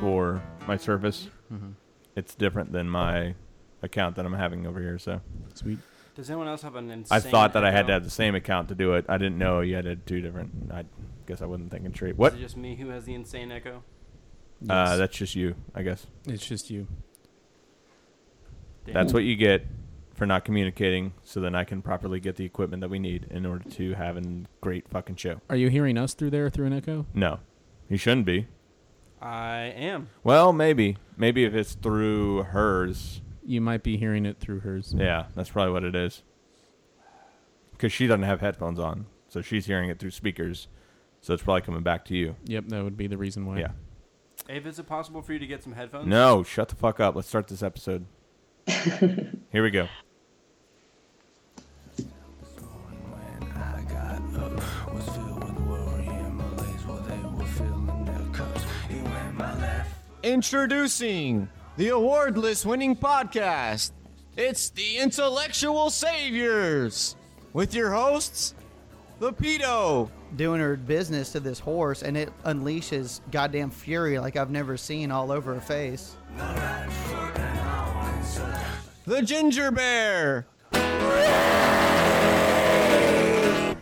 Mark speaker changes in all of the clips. Speaker 1: for my Surface. It's different than my account that I'm having over here. So
Speaker 2: Sweet.
Speaker 3: Does anyone else have an insane?
Speaker 1: I thought that I had to have
Speaker 3: account?
Speaker 1: the same account to do it. I didn't know you had to have two different. I guess I wasn't thinking straight. What?
Speaker 3: Is it just me who has the insane echo?
Speaker 1: Uh,
Speaker 2: Yes.
Speaker 1: that's just you, I guess.
Speaker 2: it's just you.
Speaker 3: Damn.
Speaker 1: That's what you get for not communicating. So then I can properly get the equipment that we need in order to have a great fucking show.
Speaker 2: Are you hearing us through there through an echo?
Speaker 1: No, you shouldn't be.
Speaker 3: I am.
Speaker 1: Well, maybe, maybe if it's through hers.
Speaker 2: You might be hearing it through hers.
Speaker 1: Yeah, that's probably what it is. Because she doesn't have headphones on, so she's hearing it through speakers. So it's probably coming back to you.
Speaker 2: Yep, that would be the reason why.
Speaker 1: Yeah.
Speaker 3: Abe, is it possible for you to get some headphones?
Speaker 1: No, shut the fuck up. Let's start this episode. Here we go.
Speaker 4: I got up, was filled with worry and my legs while they were filling their cups. He went my left.
Speaker 5: Introducing the award list winning podcast. It's the Intellectual Saviors with your hosts, Lepido,
Speaker 6: doing her business to this horse, and it unleashes goddamn fury like I've never seen all over her face.
Speaker 5: the Ginger Bear,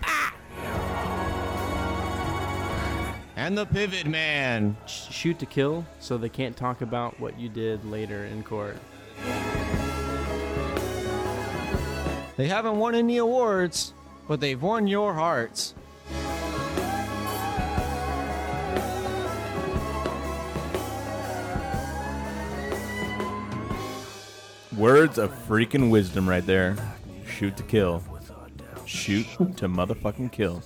Speaker 5: Ah! and the Pivot Man.
Speaker 3: Sh- shoot to kill, so they can't talk about what you did later in court.
Speaker 5: They haven't won any awards, but they've won your hearts.
Speaker 1: Words of freaking wisdom right there. Shoot to kill. Shoot to motherfucking kill.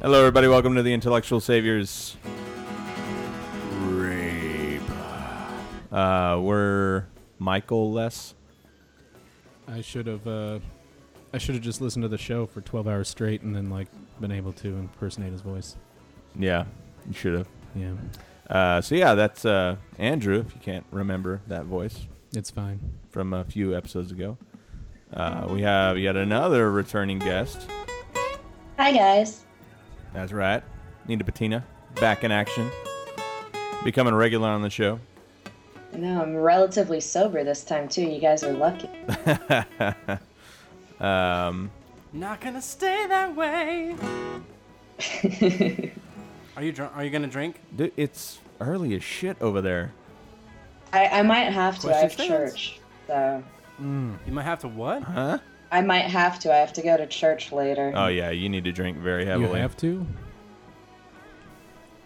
Speaker 1: Hello, everybody. Welcome to the Intellectual Saviors. Rape. Uh, we're Michael Less.
Speaker 2: I should have uh I should have just listened to the show for 12 hours straight and then like been able to impersonate his voice.
Speaker 1: Yeah, you should have.
Speaker 2: Yeah.
Speaker 1: Uh, so yeah, that's uh, Andrew. If you can't remember that voice
Speaker 2: It's fine.
Speaker 1: from a few episodes ago, uh, we have yet another returning guest.
Speaker 7: Hi guys.
Speaker 1: That's right. Nina Patina back in action, becoming regular on the show.
Speaker 7: I know I'm relatively sober this time too. You guys are lucky.
Speaker 3: Not gonna stay that way. are you drunk? Are you gonna drink?
Speaker 1: Dude, it's early as shit over there.
Speaker 7: I, I might have to. I have
Speaker 3: Question stands.
Speaker 7: church, so
Speaker 3: You might have to what?
Speaker 7: I might have to. I have to go to church later.
Speaker 1: Oh yeah, you need to drink very
Speaker 2: You
Speaker 1: heavily.
Speaker 2: have to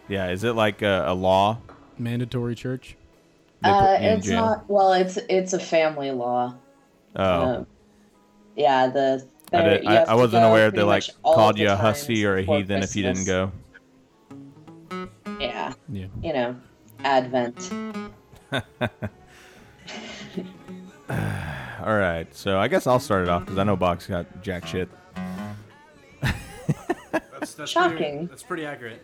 Speaker 1: Yeah, is it like a, a law?
Speaker 2: mandatory church.
Speaker 1: They put
Speaker 7: uh,
Speaker 1: you in
Speaker 7: it's
Speaker 1: jail?
Speaker 7: not. Well, it's it's a family law.
Speaker 1: Oh,
Speaker 7: Um, yeah. The
Speaker 1: I,
Speaker 7: there-
Speaker 1: did-
Speaker 7: you
Speaker 1: I,
Speaker 7: have
Speaker 1: I
Speaker 7: to
Speaker 1: wasn't
Speaker 7: go
Speaker 1: aware they
Speaker 7: pretty
Speaker 1: like
Speaker 7: much all
Speaker 1: called
Speaker 7: the
Speaker 1: you a
Speaker 7: times
Speaker 1: hussy or a
Speaker 7: before
Speaker 1: heathen if you didn't
Speaker 7: Christmas.
Speaker 1: go.
Speaker 7: Yeah.
Speaker 2: Yeah.
Speaker 7: You know, Advent.
Speaker 1: All right, so I guess I'll start it off because I know Box got jack shit.
Speaker 3: That's, that's Pretty,
Speaker 7: Shocking.
Speaker 3: that's pretty accurate.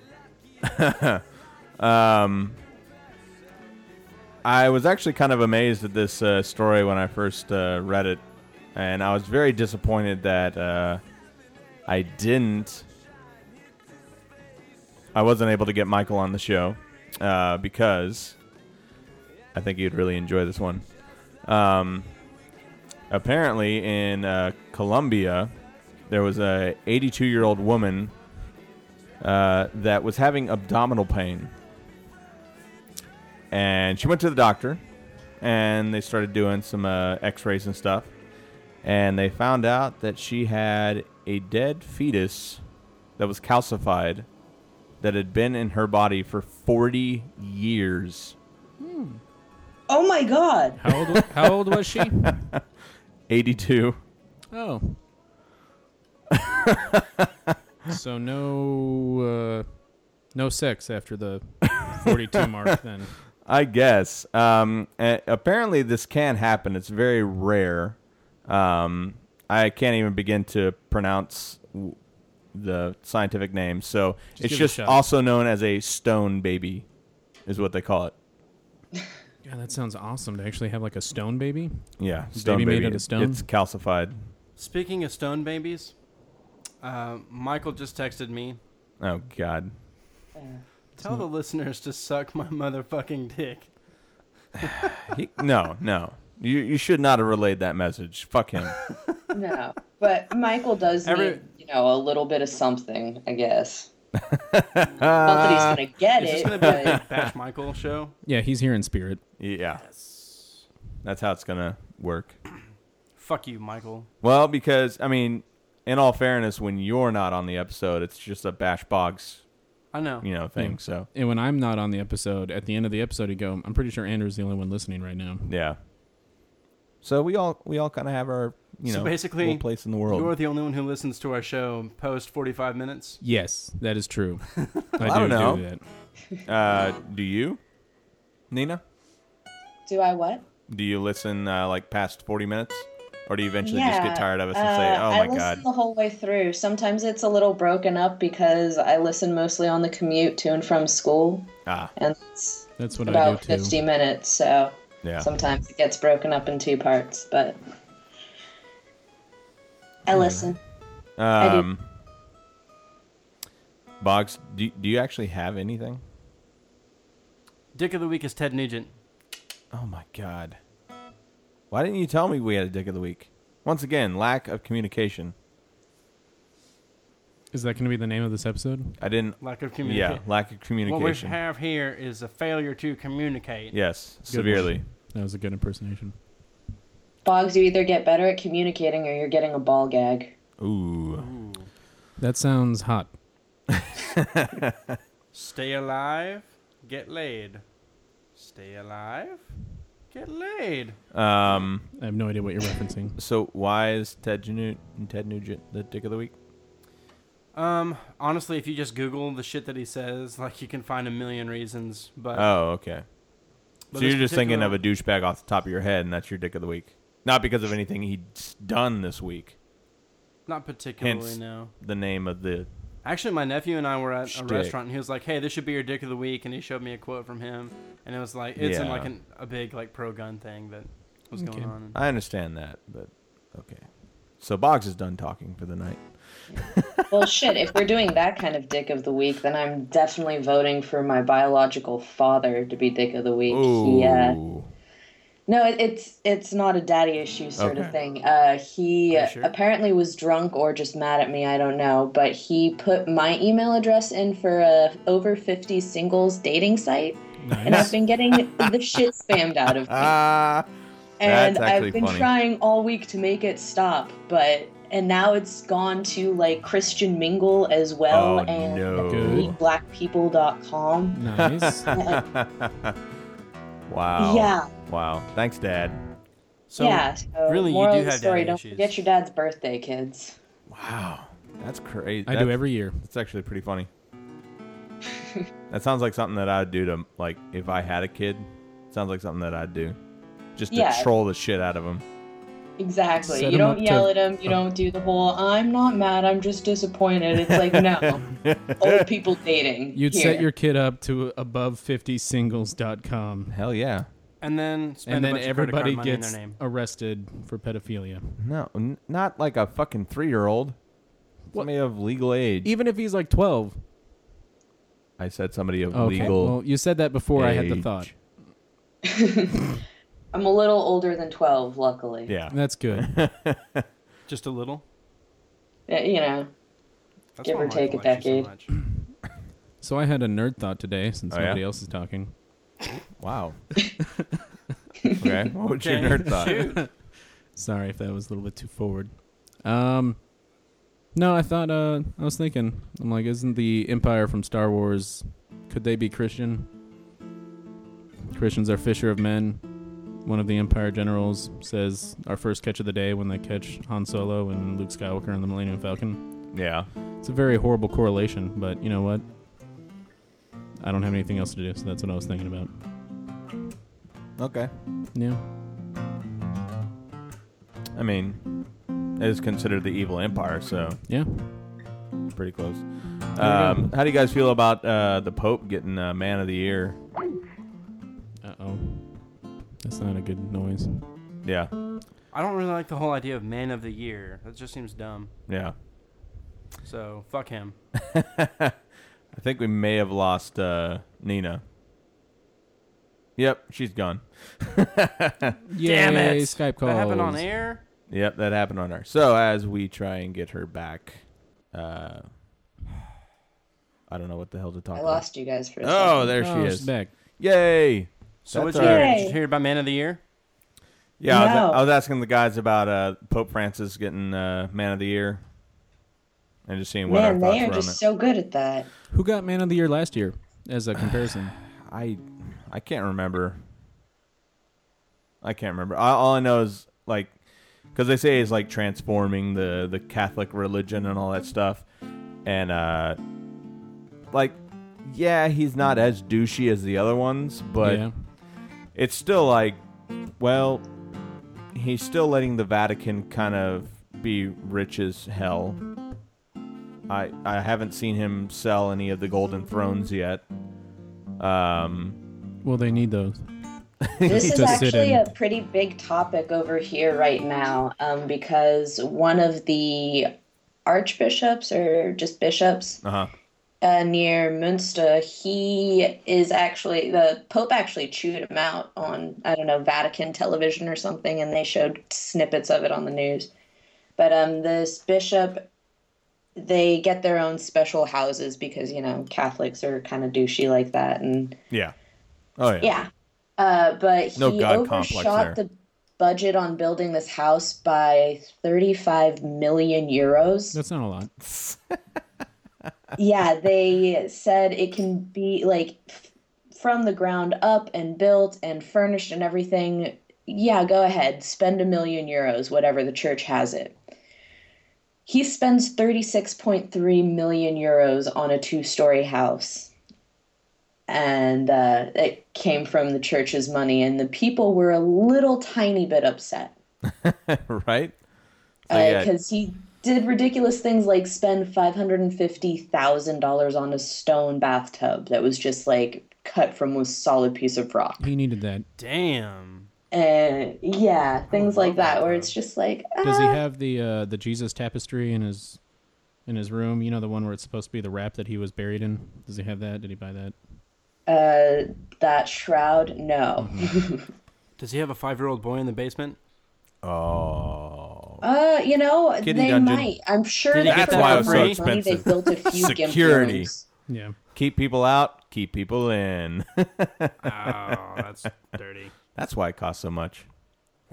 Speaker 1: I was actually kind of amazed at this uh, story when I first uh, read it, and I was very disappointed that uh, I didn't. I wasn't able to get Michael on the show uh, because I think you'd really enjoy this one. Um, apparently, in uh, Colombia, there was a 82 year old woman uh, that was having abdominal pain and she went to the doctor and they started doing some uh, x-rays and stuff and they found out that she had a dead fetus that was calcified that had been in her body for 40 years
Speaker 7: Oh my God.
Speaker 2: How old how old was she?
Speaker 1: 82
Speaker 2: Oh. so no uh no sex after the 42 mark then.
Speaker 1: I guess. Um, a- apparently, this can happen. It's very rare. Um, I can't even begin to pronounce w- the scientific name. So
Speaker 2: give it
Speaker 1: it's
Speaker 2: a
Speaker 1: just
Speaker 2: shot.
Speaker 1: also known as a stone baby, is what they call it.
Speaker 2: Yeah, that sounds awesome to actually have like a stone baby.
Speaker 1: Yeah, stone
Speaker 2: baby made out of
Speaker 1: It's-
Speaker 2: stone?
Speaker 1: It's calcified.
Speaker 3: Speaking of stone babies, uh, Michael just texted me
Speaker 1: Oh God.
Speaker 3: Tell the listeners to suck my motherfucking dick.
Speaker 1: He- no, no. You you should not have relayed that message. Fuck him.
Speaker 7: No, but Michael does
Speaker 3: Every-
Speaker 7: need, you know, a little bit of something, I guess. Not that he's gonna get
Speaker 3: Is this
Speaker 7: it,
Speaker 3: gonna be a
Speaker 7: but
Speaker 3: big Bash Michael show?
Speaker 2: Yeah, he's here in spirit.
Speaker 1: Yeah. That's how it's gonna work.
Speaker 3: Fuck you, Michael.
Speaker 1: Well, because I mean, in all fairness, when you're not on the episode, it's just a bash bogs,
Speaker 3: I know.
Speaker 1: you know, thing. So
Speaker 2: And when I'm not on the episode, at the end of the episode, he go, "I'm pretty sure Andrew's the only one listening right now."
Speaker 1: yeah. So we all we all kind of have our you
Speaker 3: So
Speaker 1: know
Speaker 3: basically,
Speaker 1: little place in the world.
Speaker 3: You're the only one who listens to our show post 45 minutes.
Speaker 2: Yes, that is true. I, do
Speaker 1: don't know.
Speaker 2: do that.
Speaker 1: uh, do you, Nina?
Speaker 7: do I what?
Speaker 1: Do you listen uh, like past forty minutes, or do you eventually just
Speaker 7: Yeah,
Speaker 1: get tired of us and say,
Speaker 7: uh,
Speaker 1: "Oh
Speaker 7: I
Speaker 1: my god"?
Speaker 7: listen the whole way through. Sometimes it's a little broken up because I listen mostly on the commute to and from school,
Speaker 1: Ah,
Speaker 7: and it's
Speaker 2: That's what I do
Speaker 7: about
Speaker 2: too.
Speaker 7: 50 minutes, so
Speaker 1: yeah.
Speaker 7: sometimes it gets broken up in two parts, but I listen. do.
Speaker 1: Um, Boggs, do do you actually have anything?
Speaker 3: Dick of the week is Ted Nugent.
Speaker 1: Oh my god. Why didn't you tell me we had a dick of the week? Once again, lack of communication.
Speaker 2: Is that going to be the name of this episode?
Speaker 1: I didn't
Speaker 3: Lack of
Speaker 1: Yeah,
Speaker 3: communication.
Speaker 1: lack of
Speaker 3: what we
Speaker 1: communication.
Speaker 3: have here is a failure to communicate.
Speaker 1: yes,
Speaker 2: Good one.
Speaker 1: severely.
Speaker 2: That was a good impersonation.
Speaker 7: Boggs, you either get better at communicating or you're getting a ball gag.
Speaker 1: Ooh.
Speaker 2: That sounds hot.
Speaker 3: Stay alive, get laid. Stay alive, get laid.
Speaker 1: Um
Speaker 2: I have no idea what you're referencing.
Speaker 1: so why is Ted Nugent Ted Nugent the dick of the week?
Speaker 3: Um, honestly, if you just Google the shit that he says, like you can find a million reasons. But,
Speaker 1: Oh, okay.
Speaker 3: but
Speaker 1: so
Speaker 3: this
Speaker 1: you're just thinking of
Speaker 3: particular-
Speaker 1: a douchebag off the top of your head and that's your dick of the week. Not because of anything he's done this week.
Speaker 3: not particularly
Speaker 1: hence-
Speaker 3: no.
Speaker 1: The name of the
Speaker 3: Actually, my nephew and I were at a
Speaker 1: Shtick.
Speaker 3: restaurant, and he was like, "Hey, this should be your dick of the week," and he showed me a quote from him, and it was like, it's in
Speaker 1: Yeah.
Speaker 3: like an, a big like pro gun thing that was going
Speaker 2: Okay.
Speaker 3: on. And
Speaker 1: I understand that, but okay. So Boggs is done talking for the night.
Speaker 7: Well, shit, if we're doing that kind of dick of the week, then I'm definitely voting for my biological father to be dick of the week. He, uh,
Speaker 1: Ooh.
Speaker 7: No, it, it's it's not a daddy issue sort
Speaker 1: Okay.
Speaker 7: of thing. Uh, he
Speaker 3: Pretty sure?
Speaker 7: apparently was drunk or just mad at me. I don't know, but he put my email address in for a over fifty singles dating site, and I've been getting the shit spammed out of me.
Speaker 1: Ah,
Speaker 7: and
Speaker 1: That's actually
Speaker 7: I've been
Speaker 1: funny.
Speaker 7: trying all week to make it stop, but and now it's gone to like Christian Mingle as well
Speaker 1: Oh,
Speaker 7: and
Speaker 1: no.
Speaker 2: Good.
Speaker 7: blackpeople.com.
Speaker 2: Nice.
Speaker 1: wow.
Speaker 7: Yeah.
Speaker 1: Wow. Thanks, Dad.
Speaker 3: so
Speaker 7: yeah. So
Speaker 3: really, you
Speaker 7: moral
Speaker 3: do
Speaker 7: of the
Speaker 3: have
Speaker 7: story,
Speaker 3: daddy
Speaker 7: don't
Speaker 3: issues.
Speaker 7: forget your dad's birthday, kids.
Speaker 1: Wow. That's crazy.
Speaker 2: I do every year.
Speaker 1: That's actually pretty funny. that sounds like something that I'd do to like if I had a kid. Sounds like something that I'd do, just to
Speaker 7: Yeah.
Speaker 1: troll the shit out of him.
Speaker 7: Exactly.
Speaker 2: Set
Speaker 7: you
Speaker 2: 'em up
Speaker 7: don't yell
Speaker 2: to-
Speaker 7: at him. You don't do the whole "I'm not mad. I'm just disappointed." It's like no, old people dating.
Speaker 2: You'd
Speaker 7: here.
Speaker 2: set your kid up to above50singles.com.
Speaker 1: Hell yeah.
Speaker 3: and then spend
Speaker 2: And
Speaker 3: a
Speaker 2: then
Speaker 3: bunch of credit card
Speaker 2: everybody
Speaker 3: money in
Speaker 2: gets
Speaker 3: their name.
Speaker 2: arrested for pedophilia.
Speaker 1: No, n- not like a fucking three-year-old. Somebody of legal age.
Speaker 2: Even if he's like 12.
Speaker 1: I said somebody of
Speaker 2: Okay.
Speaker 1: legal.
Speaker 2: Well, you said that before I had the
Speaker 1: age.
Speaker 2: thought.
Speaker 7: I'm a little older than twelve, luckily.
Speaker 1: Yeah.
Speaker 2: That's good.
Speaker 3: Just a little.
Speaker 7: Uh, You know,
Speaker 3: That's
Speaker 7: Give
Speaker 3: why
Speaker 7: or
Speaker 3: Michael
Speaker 7: take a
Speaker 3: likes you so much.
Speaker 2: So I had a nerd thought today since
Speaker 1: Oh, yeah?
Speaker 2: nobody else is talking.
Speaker 1: Wow. okay. What would
Speaker 3: Okay.
Speaker 1: your nerd thought?
Speaker 2: Sorry if that was a little bit too forward. Um, no, I thought uh, I was thinking. I'm like, isn't the Empire from Star Wars? Could they be Christian? Christians are fisher of men. One of the Empire generals says our first catch of the day when they catch Han Solo and Luke Skywalker and the Millennium Falcon.
Speaker 1: yeah.
Speaker 2: It's a very horrible correlation, but you know what? I don't have anything else to do, so that's what I was thinking about.
Speaker 1: Okay.
Speaker 2: Yeah.
Speaker 1: I mean, it is considered the evil empire, so
Speaker 2: Yeah.
Speaker 1: pretty close.
Speaker 2: There you
Speaker 1: Um, how do you guys feel about uh, the Pope getting uh, Man of the Year?
Speaker 2: Uh oh. That's not a good noise.
Speaker 1: Yeah,
Speaker 3: I don't really like the whole idea of man of the year. That just seems dumb.
Speaker 1: yeah.
Speaker 3: So fuck him.
Speaker 1: I think we may have lost uh, Nina. Yep, she's gone.
Speaker 3: Damn
Speaker 2: Yay,
Speaker 3: it!
Speaker 2: Skype calls.
Speaker 3: That happened on air.
Speaker 1: Yep, that happened on her. So as we try and get her back, uh, I don't know what the hell to talk
Speaker 7: I
Speaker 1: about.
Speaker 7: lost you guys for a
Speaker 1: Oh, there
Speaker 2: Oh,
Speaker 1: she
Speaker 2: she's
Speaker 1: is.
Speaker 2: back.
Speaker 1: Yay!
Speaker 3: So
Speaker 1: That's
Speaker 3: what's your
Speaker 1: all
Speaker 7: right.
Speaker 3: did you hear about Man of the Year?
Speaker 1: Yeah, I, was,
Speaker 7: No.
Speaker 1: I was asking the guys about uh, Pope Francis getting uh, Man of the Year, and just seeing
Speaker 7: second.
Speaker 1: what
Speaker 7: Man,
Speaker 1: our
Speaker 7: they
Speaker 1: thoughts
Speaker 7: are
Speaker 1: were on
Speaker 7: just
Speaker 1: it.
Speaker 7: so good at that.
Speaker 2: Who got Man of the Year last year as a comparison?
Speaker 1: I I can't remember. I can't remember. I, all I know is like because they say it's like transforming the the Catholic religion and all that stuff, and uh, like yeah, he's not as douchey as the other ones, but
Speaker 2: yeah.
Speaker 1: it's still like, well, he's still letting the Vatican kind of be rich as hell. I I haven't seen him sell any of the golden thrones yet. Um,
Speaker 2: Well, they need those.
Speaker 7: This
Speaker 2: To
Speaker 7: is
Speaker 2: sit
Speaker 7: actually
Speaker 2: in.
Speaker 7: a pretty big topic over here right now um, because one of the archbishops or just bishops
Speaker 1: uh huh.
Speaker 7: uh, near Münster, he is actually, the Pope actually chewed him out on, I don't know, Vatican television or something, and they showed snippets of it on the news. But um, this bishop, they get their own special houses because, you know, Catholics are kind of douchey like that. And
Speaker 1: Yeah. Oh yeah.
Speaker 7: yeah. Uh, but
Speaker 1: No
Speaker 7: he
Speaker 1: God complex
Speaker 7: overshot
Speaker 1: there.
Speaker 7: the budget on building this house by 35 million euros.
Speaker 2: That's not a lot.
Speaker 7: yeah, they said it can be like f- from the ground up and built and furnished and everything. Yeah, go ahead, spend a million euros, whatever the church has it. He spends 36.3 million euros on a two story house. And uh, it came from the church's money, and the people were a little tiny bit upset
Speaker 1: right. So, yeah,
Speaker 7: because Uh, he did ridiculous things like spend five hundred and fifty thousand dollars on a stone bathtub that was just like cut from a solid piece of rock,
Speaker 2: He needed that.
Speaker 3: Damn.
Speaker 7: and yeah, things like that, where it's just like
Speaker 2: Does he
Speaker 7: ah.
Speaker 2: have the uh, the Jesus tapestry in his in his room? You know, the one where it's supposed to be the wrap that he was buried in. Does he have that? Did he buy that?
Speaker 7: uh, that shroud? No.
Speaker 3: Does he have a five-year-old boy in the basement?
Speaker 1: Oh.
Speaker 7: Uh, you know,
Speaker 1: Kitty
Speaker 7: they
Speaker 1: dungeon.
Speaker 7: might. I'm sure
Speaker 3: Did he
Speaker 7: that
Speaker 3: get
Speaker 7: for
Speaker 3: that
Speaker 7: a
Speaker 3: why it was so
Speaker 7: lot of money,
Speaker 1: expensive?
Speaker 7: They built a few gift
Speaker 1: Security.
Speaker 7: rooms.
Speaker 2: Yeah.
Speaker 1: Keep people out. Keep people in.
Speaker 3: Oh, that's dirty.
Speaker 1: That's why it costs so much.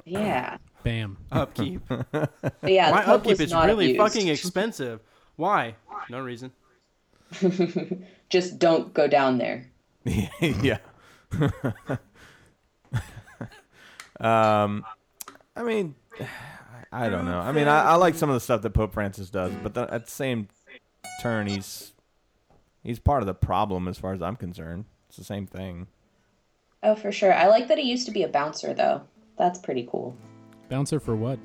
Speaker 7: Yeah,
Speaker 2: Bam.
Speaker 3: Upkeep.
Speaker 7: but yeah.
Speaker 3: My
Speaker 7: the Pope
Speaker 3: upkeep
Speaker 7: was
Speaker 3: is
Speaker 7: not
Speaker 3: really
Speaker 7: abused.
Speaker 3: fucking expensive. Why? No reason.
Speaker 7: Just don't go down there.
Speaker 1: yeah. um, I mean, I don't know. I mean, I, I like some of the stuff that Pope Francis does, but the, at the same turn, he's he's part of the problem as far as I'm concerned. It's the same thing.
Speaker 7: Oh, for sure. I like that he used to be a bouncer though. That's pretty cool.
Speaker 2: Bouncer for what?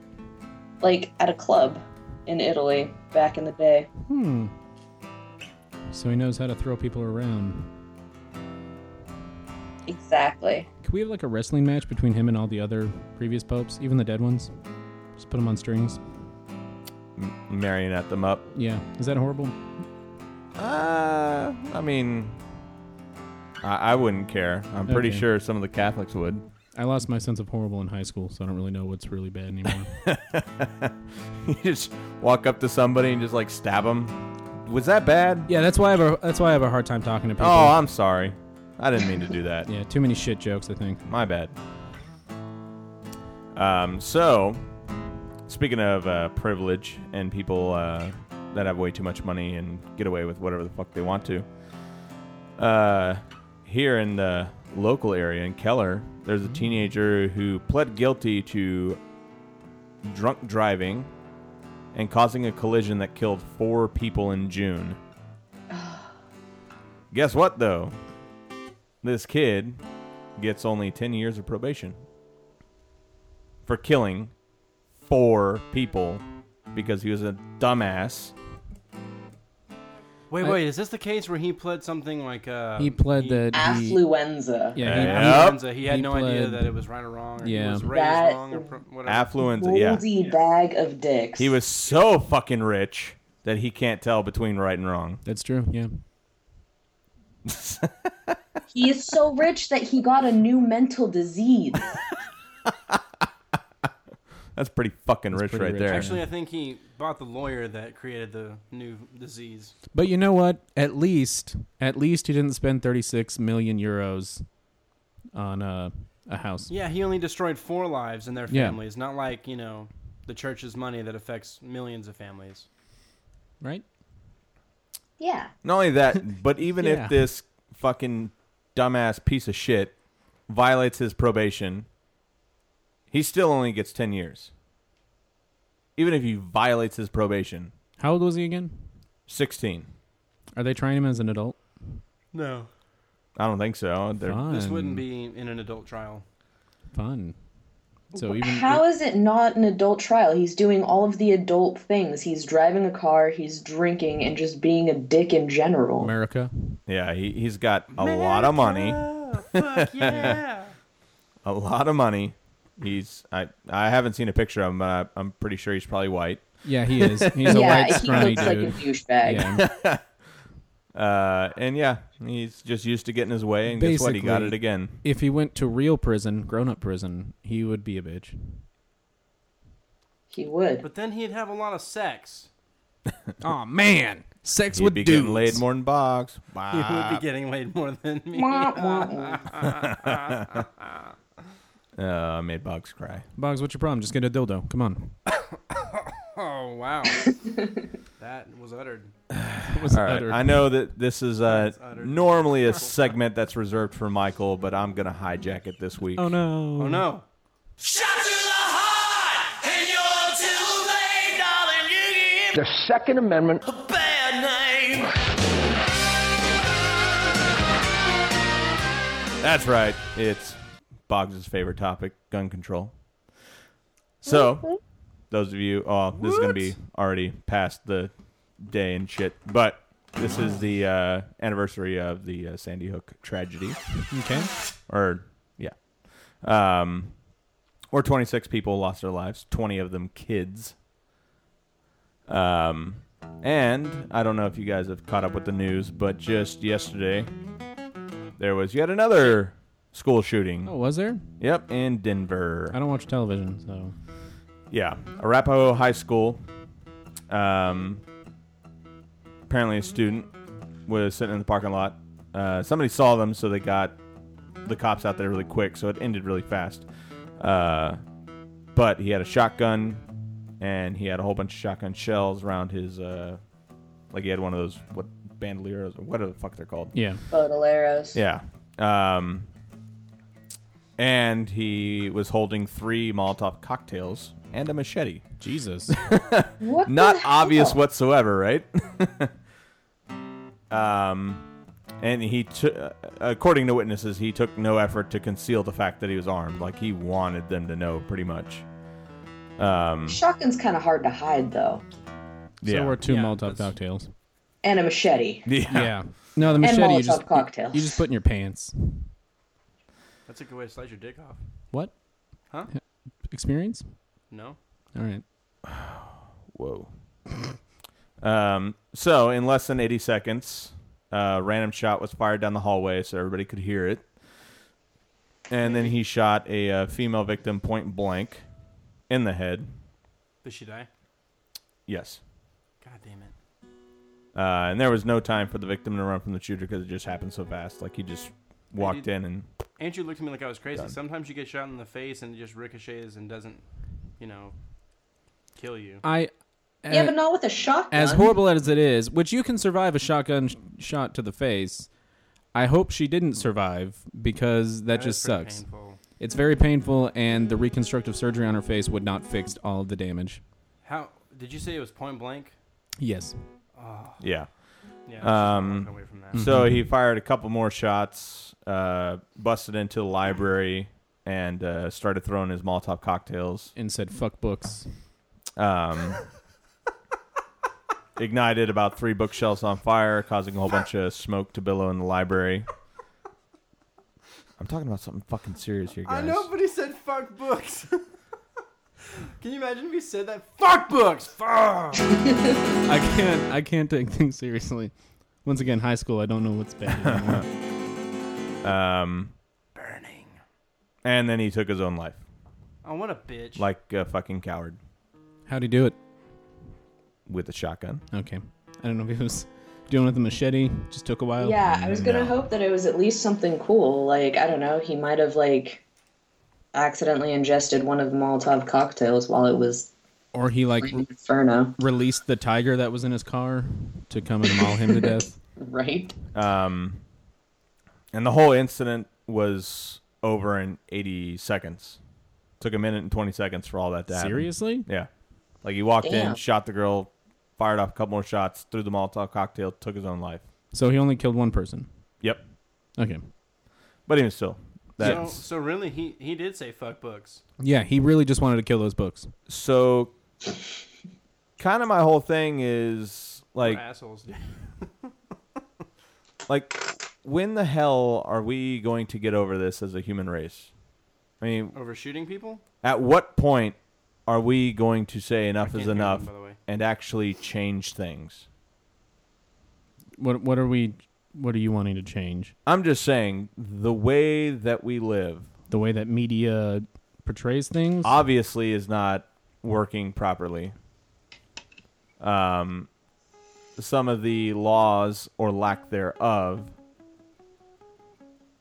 Speaker 7: like at a club in Italy back in the day.
Speaker 2: Hmm. So he knows how to throw people around.
Speaker 7: Exactly.
Speaker 2: Could we have like a wrestling match between him and all the other previous popes, even the dead ones? Just put them on strings.
Speaker 1: M- marionette them up.
Speaker 2: Yeah. Is that horrible?
Speaker 1: Uh, I mean, I, I wouldn't care. I'm pretty
Speaker 2: Okay.
Speaker 1: sure some of the Catholics would.
Speaker 2: I lost my sense of horrible in high school, so I don't really know what's really bad anymore.
Speaker 1: you just walk up to somebody and just like stab them. Was that bad?
Speaker 2: yeah, that's why I have a that's why I have a hard time talking to people.
Speaker 1: Oh, I'm sorry. I didn't mean to do that.
Speaker 2: yeah, too many shit jokes, I think.
Speaker 1: My bad. Um, so, speaking of uh, privilege and people uh, that have way too much money and get away with whatever the fuck they want to, uh, here in the local area in Keller, there's a teenager who pled guilty to drunk driving and causing a collision that killed four people in June. Guess what, though? This kid gets only 10 years of probation for killing four people because he was a dumbass.
Speaker 3: Wait,
Speaker 2: I-
Speaker 3: wait. Is this the case where he pled something like uh?
Speaker 2: He pled that he,
Speaker 7: Affluenza.
Speaker 2: yeah,
Speaker 1: Yeah.
Speaker 3: Yep. He had
Speaker 2: He
Speaker 3: no idea
Speaker 2: pled-
Speaker 3: that it was right or wrong. Or yeah.
Speaker 2: Yeah.
Speaker 3: He was raised
Speaker 7: That-
Speaker 3: wrong or pro- whatever.
Speaker 1: Affluenza, yeah.
Speaker 7: Moldy bag of dicks.
Speaker 1: He was so fucking rich that he can't tell between right and wrong.
Speaker 2: that's true. Yeah.
Speaker 7: He is so rich that he got a new mental disease.
Speaker 1: That's pretty fucking
Speaker 2: That's
Speaker 1: rich
Speaker 2: pretty
Speaker 1: right
Speaker 2: rich,
Speaker 1: there.
Speaker 2: actually.
Speaker 3: Actually, I think he bought the lawyer that created the new disease.
Speaker 2: But you know what? At least, at least he didn't spend 36 million euros on a, a house.
Speaker 3: Yeah, he only destroyed four lives and their
Speaker 2: Yeah.
Speaker 3: families, not like, you know, the church's money that affects millions of families.
Speaker 2: Right?
Speaker 7: yeah.
Speaker 1: Not only that, but even
Speaker 2: Yeah.
Speaker 1: if this fucking dumbass piece of shit violates his probation, he still only gets 10 years. Even if he violates his probation,
Speaker 2: How old was he again?
Speaker 1: 16.
Speaker 2: Are they trying him as an adult?
Speaker 3: No.
Speaker 1: I don't think so. They're-
Speaker 2: Fun.
Speaker 3: This wouldn't be in an adult trial.
Speaker 2: fun. So even
Speaker 7: How is it not an adult trial? He's doing all of the adult things. He's driving a car, he's drinking, and just being a dick in general.
Speaker 2: America,
Speaker 1: Yeah, he, he's got a lot of money.
Speaker 3: Fuck yeah.
Speaker 1: A lot of money. He's I I haven't seen a picture of him, but I, I'm pretty sure he's probably white.
Speaker 2: yeah, he is. He's a
Speaker 7: yeah,
Speaker 2: white
Speaker 7: he
Speaker 2: scrawny
Speaker 7: looks
Speaker 2: dude.
Speaker 7: like a douchebag.
Speaker 2: yeah,
Speaker 1: Uh, and yeah, he's just used to getting his way, and guess what? He got
Speaker 2: Basically-
Speaker 1: it again.
Speaker 2: if he went to real prison, grown-up prison, he would be a bitch.
Speaker 7: He would.
Speaker 3: But then he'd have a lot of sex.
Speaker 2: Oh man, sex
Speaker 1: He'd
Speaker 2: with
Speaker 1: be
Speaker 2: dudes.
Speaker 1: getting laid more than Boggs.
Speaker 3: He
Speaker 1: Wow.
Speaker 3: would be getting laid more than me.
Speaker 7: Wah, wah, wah.
Speaker 1: Uh, I made Boggs cry.
Speaker 2: Boggs, what's your problem? Just get a dildo. Come on.
Speaker 3: Oh, wow. that was uttered.
Speaker 2: It was Oh,
Speaker 1: All right.
Speaker 2: uttered.
Speaker 1: I know that this is uh,
Speaker 3: That's uttered.
Speaker 1: normally a segment that's reserved for Michael, but I'm gonna hijack it this week.
Speaker 2: Oh no.
Speaker 3: Oh, no.
Speaker 8: The Second Amendment. A bad name.
Speaker 1: That's right. It's Boggs' favorite topic, gun control. So, those of you, oh, this is going to be already past the day and shit, but this is the uh, anniversary of the uh, Sandy Hook tragedy.
Speaker 2: Okay.
Speaker 1: Or, yeah. Um, where 26 people lost their lives, 20 of them kids. Um, and I don't know if you guys have caught up with the news, but just yesterday, there was yet another school shooting.
Speaker 2: Oh, was there?
Speaker 1: Yep, in Denver.
Speaker 2: I don't watch television, so
Speaker 1: Yeah, Arapahoe High School. Um, apparently, a student was sitting in the parking lot. Uh, somebody saw them, so they got the cops out there really quick. So it ended really fast. Uh, but he had a shotgun, and he had a whole bunch of shotgun shells around his. Uh, like he had one of those what bandoliers or whatever the fuck they're called.
Speaker 2: yeah.
Speaker 7: Bodoleros.
Speaker 1: Yeah. Um, and he was holding three Molotov cocktails and a machete.
Speaker 2: Jesus.
Speaker 7: What the
Speaker 1: Not
Speaker 7: hell?
Speaker 1: obvious whatsoever, right? um, and he, took, according to witnesses, he took no effort to conceal the fact that he was armed. Like he wanted them to know, pretty much. Um,
Speaker 7: Shotgun's kind of hard to hide, though.
Speaker 1: yeah.
Speaker 2: So were two
Speaker 3: Yeah,
Speaker 2: Molotov
Speaker 3: that's-
Speaker 2: cocktails.
Speaker 7: And a machete.
Speaker 1: yeah,
Speaker 2: Yeah. No, the
Speaker 7: And
Speaker 2: machete you
Speaker 7: Molotov
Speaker 2: just
Speaker 7: cocktails.
Speaker 2: you just put in your pants.
Speaker 3: That's a good way to slice your dick off.
Speaker 2: What?
Speaker 3: Huh?
Speaker 2: Experience?
Speaker 3: No?
Speaker 2: All right.
Speaker 1: Whoa. um, so, in less than 80 seconds, a random shot was fired down the hallway so everybody could hear it. And then he shot a uh, female victim point blank in the head.
Speaker 3: Did she die?
Speaker 1: Yes.
Speaker 3: God damn it.
Speaker 1: Uh, and there was no time for the victim to run from the shooter because it just happened so fast. Like he just walked in and
Speaker 3: Andrew looked at me like I was crazy.
Speaker 1: Done.
Speaker 3: Sometimes you get shot in the face and it just ricochets and doesn't, you know, kill you.
Speaker 2: I
Speaker 7: yeah, but not with a shotgun.
Speaker 2: as horrible as it is, which you can survive a shotgun sh- shot to the face. I hope she didn't survive because that,
Speaker 3: That
Speaker 2: just
Speaker 3: is pretty
Speaker 2: sucks.
Speaker 3: painful.
Speaker 2: It's very painful, and the reconstructive surgery on her face would not fix all of the damage.
Speaker 3: How did you say it was point blank?
Speaker 2: Yes.
Speaker 1: yeah.
Speaker 3: Yeah. I'm just gonna
Speaker 1: Um,
Speaker 3: walk away from that.
Speaker 1: So he fired a couple more shots, uh, busted into the library, and uh, started throwing his Molotov cocktails.
Speaker 2: And said, fuck books.
Speaker 1: um, ignited about three bookshelves on fire, causing a whole bunch of smoke to billow in the library. I'm talking about something fucking serious here, guys.
Speaker 3: I know, but he said fuck books. Can you imagine if he said that? Fuck books. Fuck.
Speaker 2: I can't. I can't take things seriously. Once again, high school. I don't know what's bad. anymore.
Speaker 1: Um,
Speaker 3: Burning.
Speaker 1: and then he took his own life,
Speaker 3: Oh, what a bitch.
Speaker 1: like a fucking coward,
Speaker 2: How'd he do it?
Speaker 1: with a shotgun.
Speaker 2: Okay. I don't know if he was doing it with a machete. Just took a while.
Speaker 7: Yeah, I was gonna
Speaker 1: No.
Speaker 7: hope that it was at least something cool. Like I don't know, he might have like accidentally ingested one of the Molotov cocktails while it was
Speaker 2: Or he like
Speaker 7: playing Inferno,
Speaker 2: released the tiger that was in his car to come and maul him to death.
Speaker 7: right?
Speaker 1: Um, and the whole incident was over in 80 seconds. Took a minute and 20 seconds for all that to happen.
Speaker 2: Seriously?
Speaker 1: Yeah. Like he walked in,
Speaker 7: Damn.
Speaker 1: shot the girl, fired off a couple more shots, threw the Molotov cocktail, took his own life.
Speaker 2: So he only killed one person.
Speaker 1: Yep.
Speaker 2: Okay.
Speaker 1: But even still,
Speaker 3: so,
Speaker 1: that's
Speaker 3: so really, he, he did say fuck books.
Speaker 2: Yeah, he really just wanted to kill those books.
Speaker 1: so. Kind of my whole thing is
Speaker 3: We're
Speaker 1: like
Speaker 3: assholes. dude.
Speaker 1: like when the hell are we going to get over this as a human race? I mean,
Speaker 3: Overshooting people?
Speaker 1: at what point are we going to say enough
Speaker 3: can't
Speaker 1: is
Speaker 3: hear
Speaker 1: enough
Speaker 3: them, by the way.
Speaker 1: and actually change things?
Speaker 2: What what are we what are you wanting to change?
Speaker 1: I'm just saying the way that we live
Speaker 2: The way that media portrays things?
Speaker 3: Ah.
Speaker 1: obviously is not working properly. Um, some of the laws or lack thereof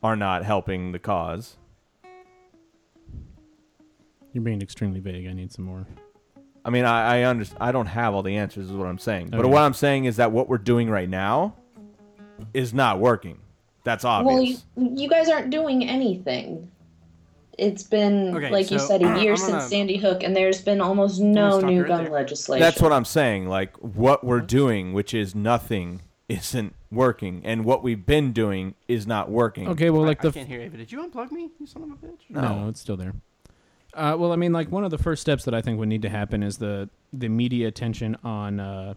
Speaker 1: are not helping the cause.
Speaker 2: You're being extremely vague. I need some more.
Speaker 1: I mean, I I, under- I don't have all the answers, is what I'm saying. But
Speaker 2: Okay.
Speaker 1: what I'm saying is that what we're doing right now is not working. That's obvious.
Speaker 7: Well, you, you guys aren't doing anything. It's been
Speaker 3: Okay,
Speaker 7: like you
Speaker 3: so,
Speaker 7: said a year
Speaker 3: I'm
Speaker 7: since
Speaker 3: gonna-
Speaker 7: Sandy Hook, and there's been almost no
Speaker 3: stop you
Speaker 7: new
Speaker 3: right
Speaker 7: gun
Speaker 3: there.
Speaker 7: legislation.
Speaker 1: That's what I'm saying. Like what
Speaker 2: Mm-hmm.
Speaker 1: we're doing, which is nothing, isn't working, and what we've been doing is not working.
Speaker 2: Okay, well like the
Speaker 3: I, I can't hear Ava. Did you unplug me? You son of a bitch.
Speaker 2: No, it's still there. Uh, well, I mean, like one of the first steps that I think would need to happen is the the media attention on uh,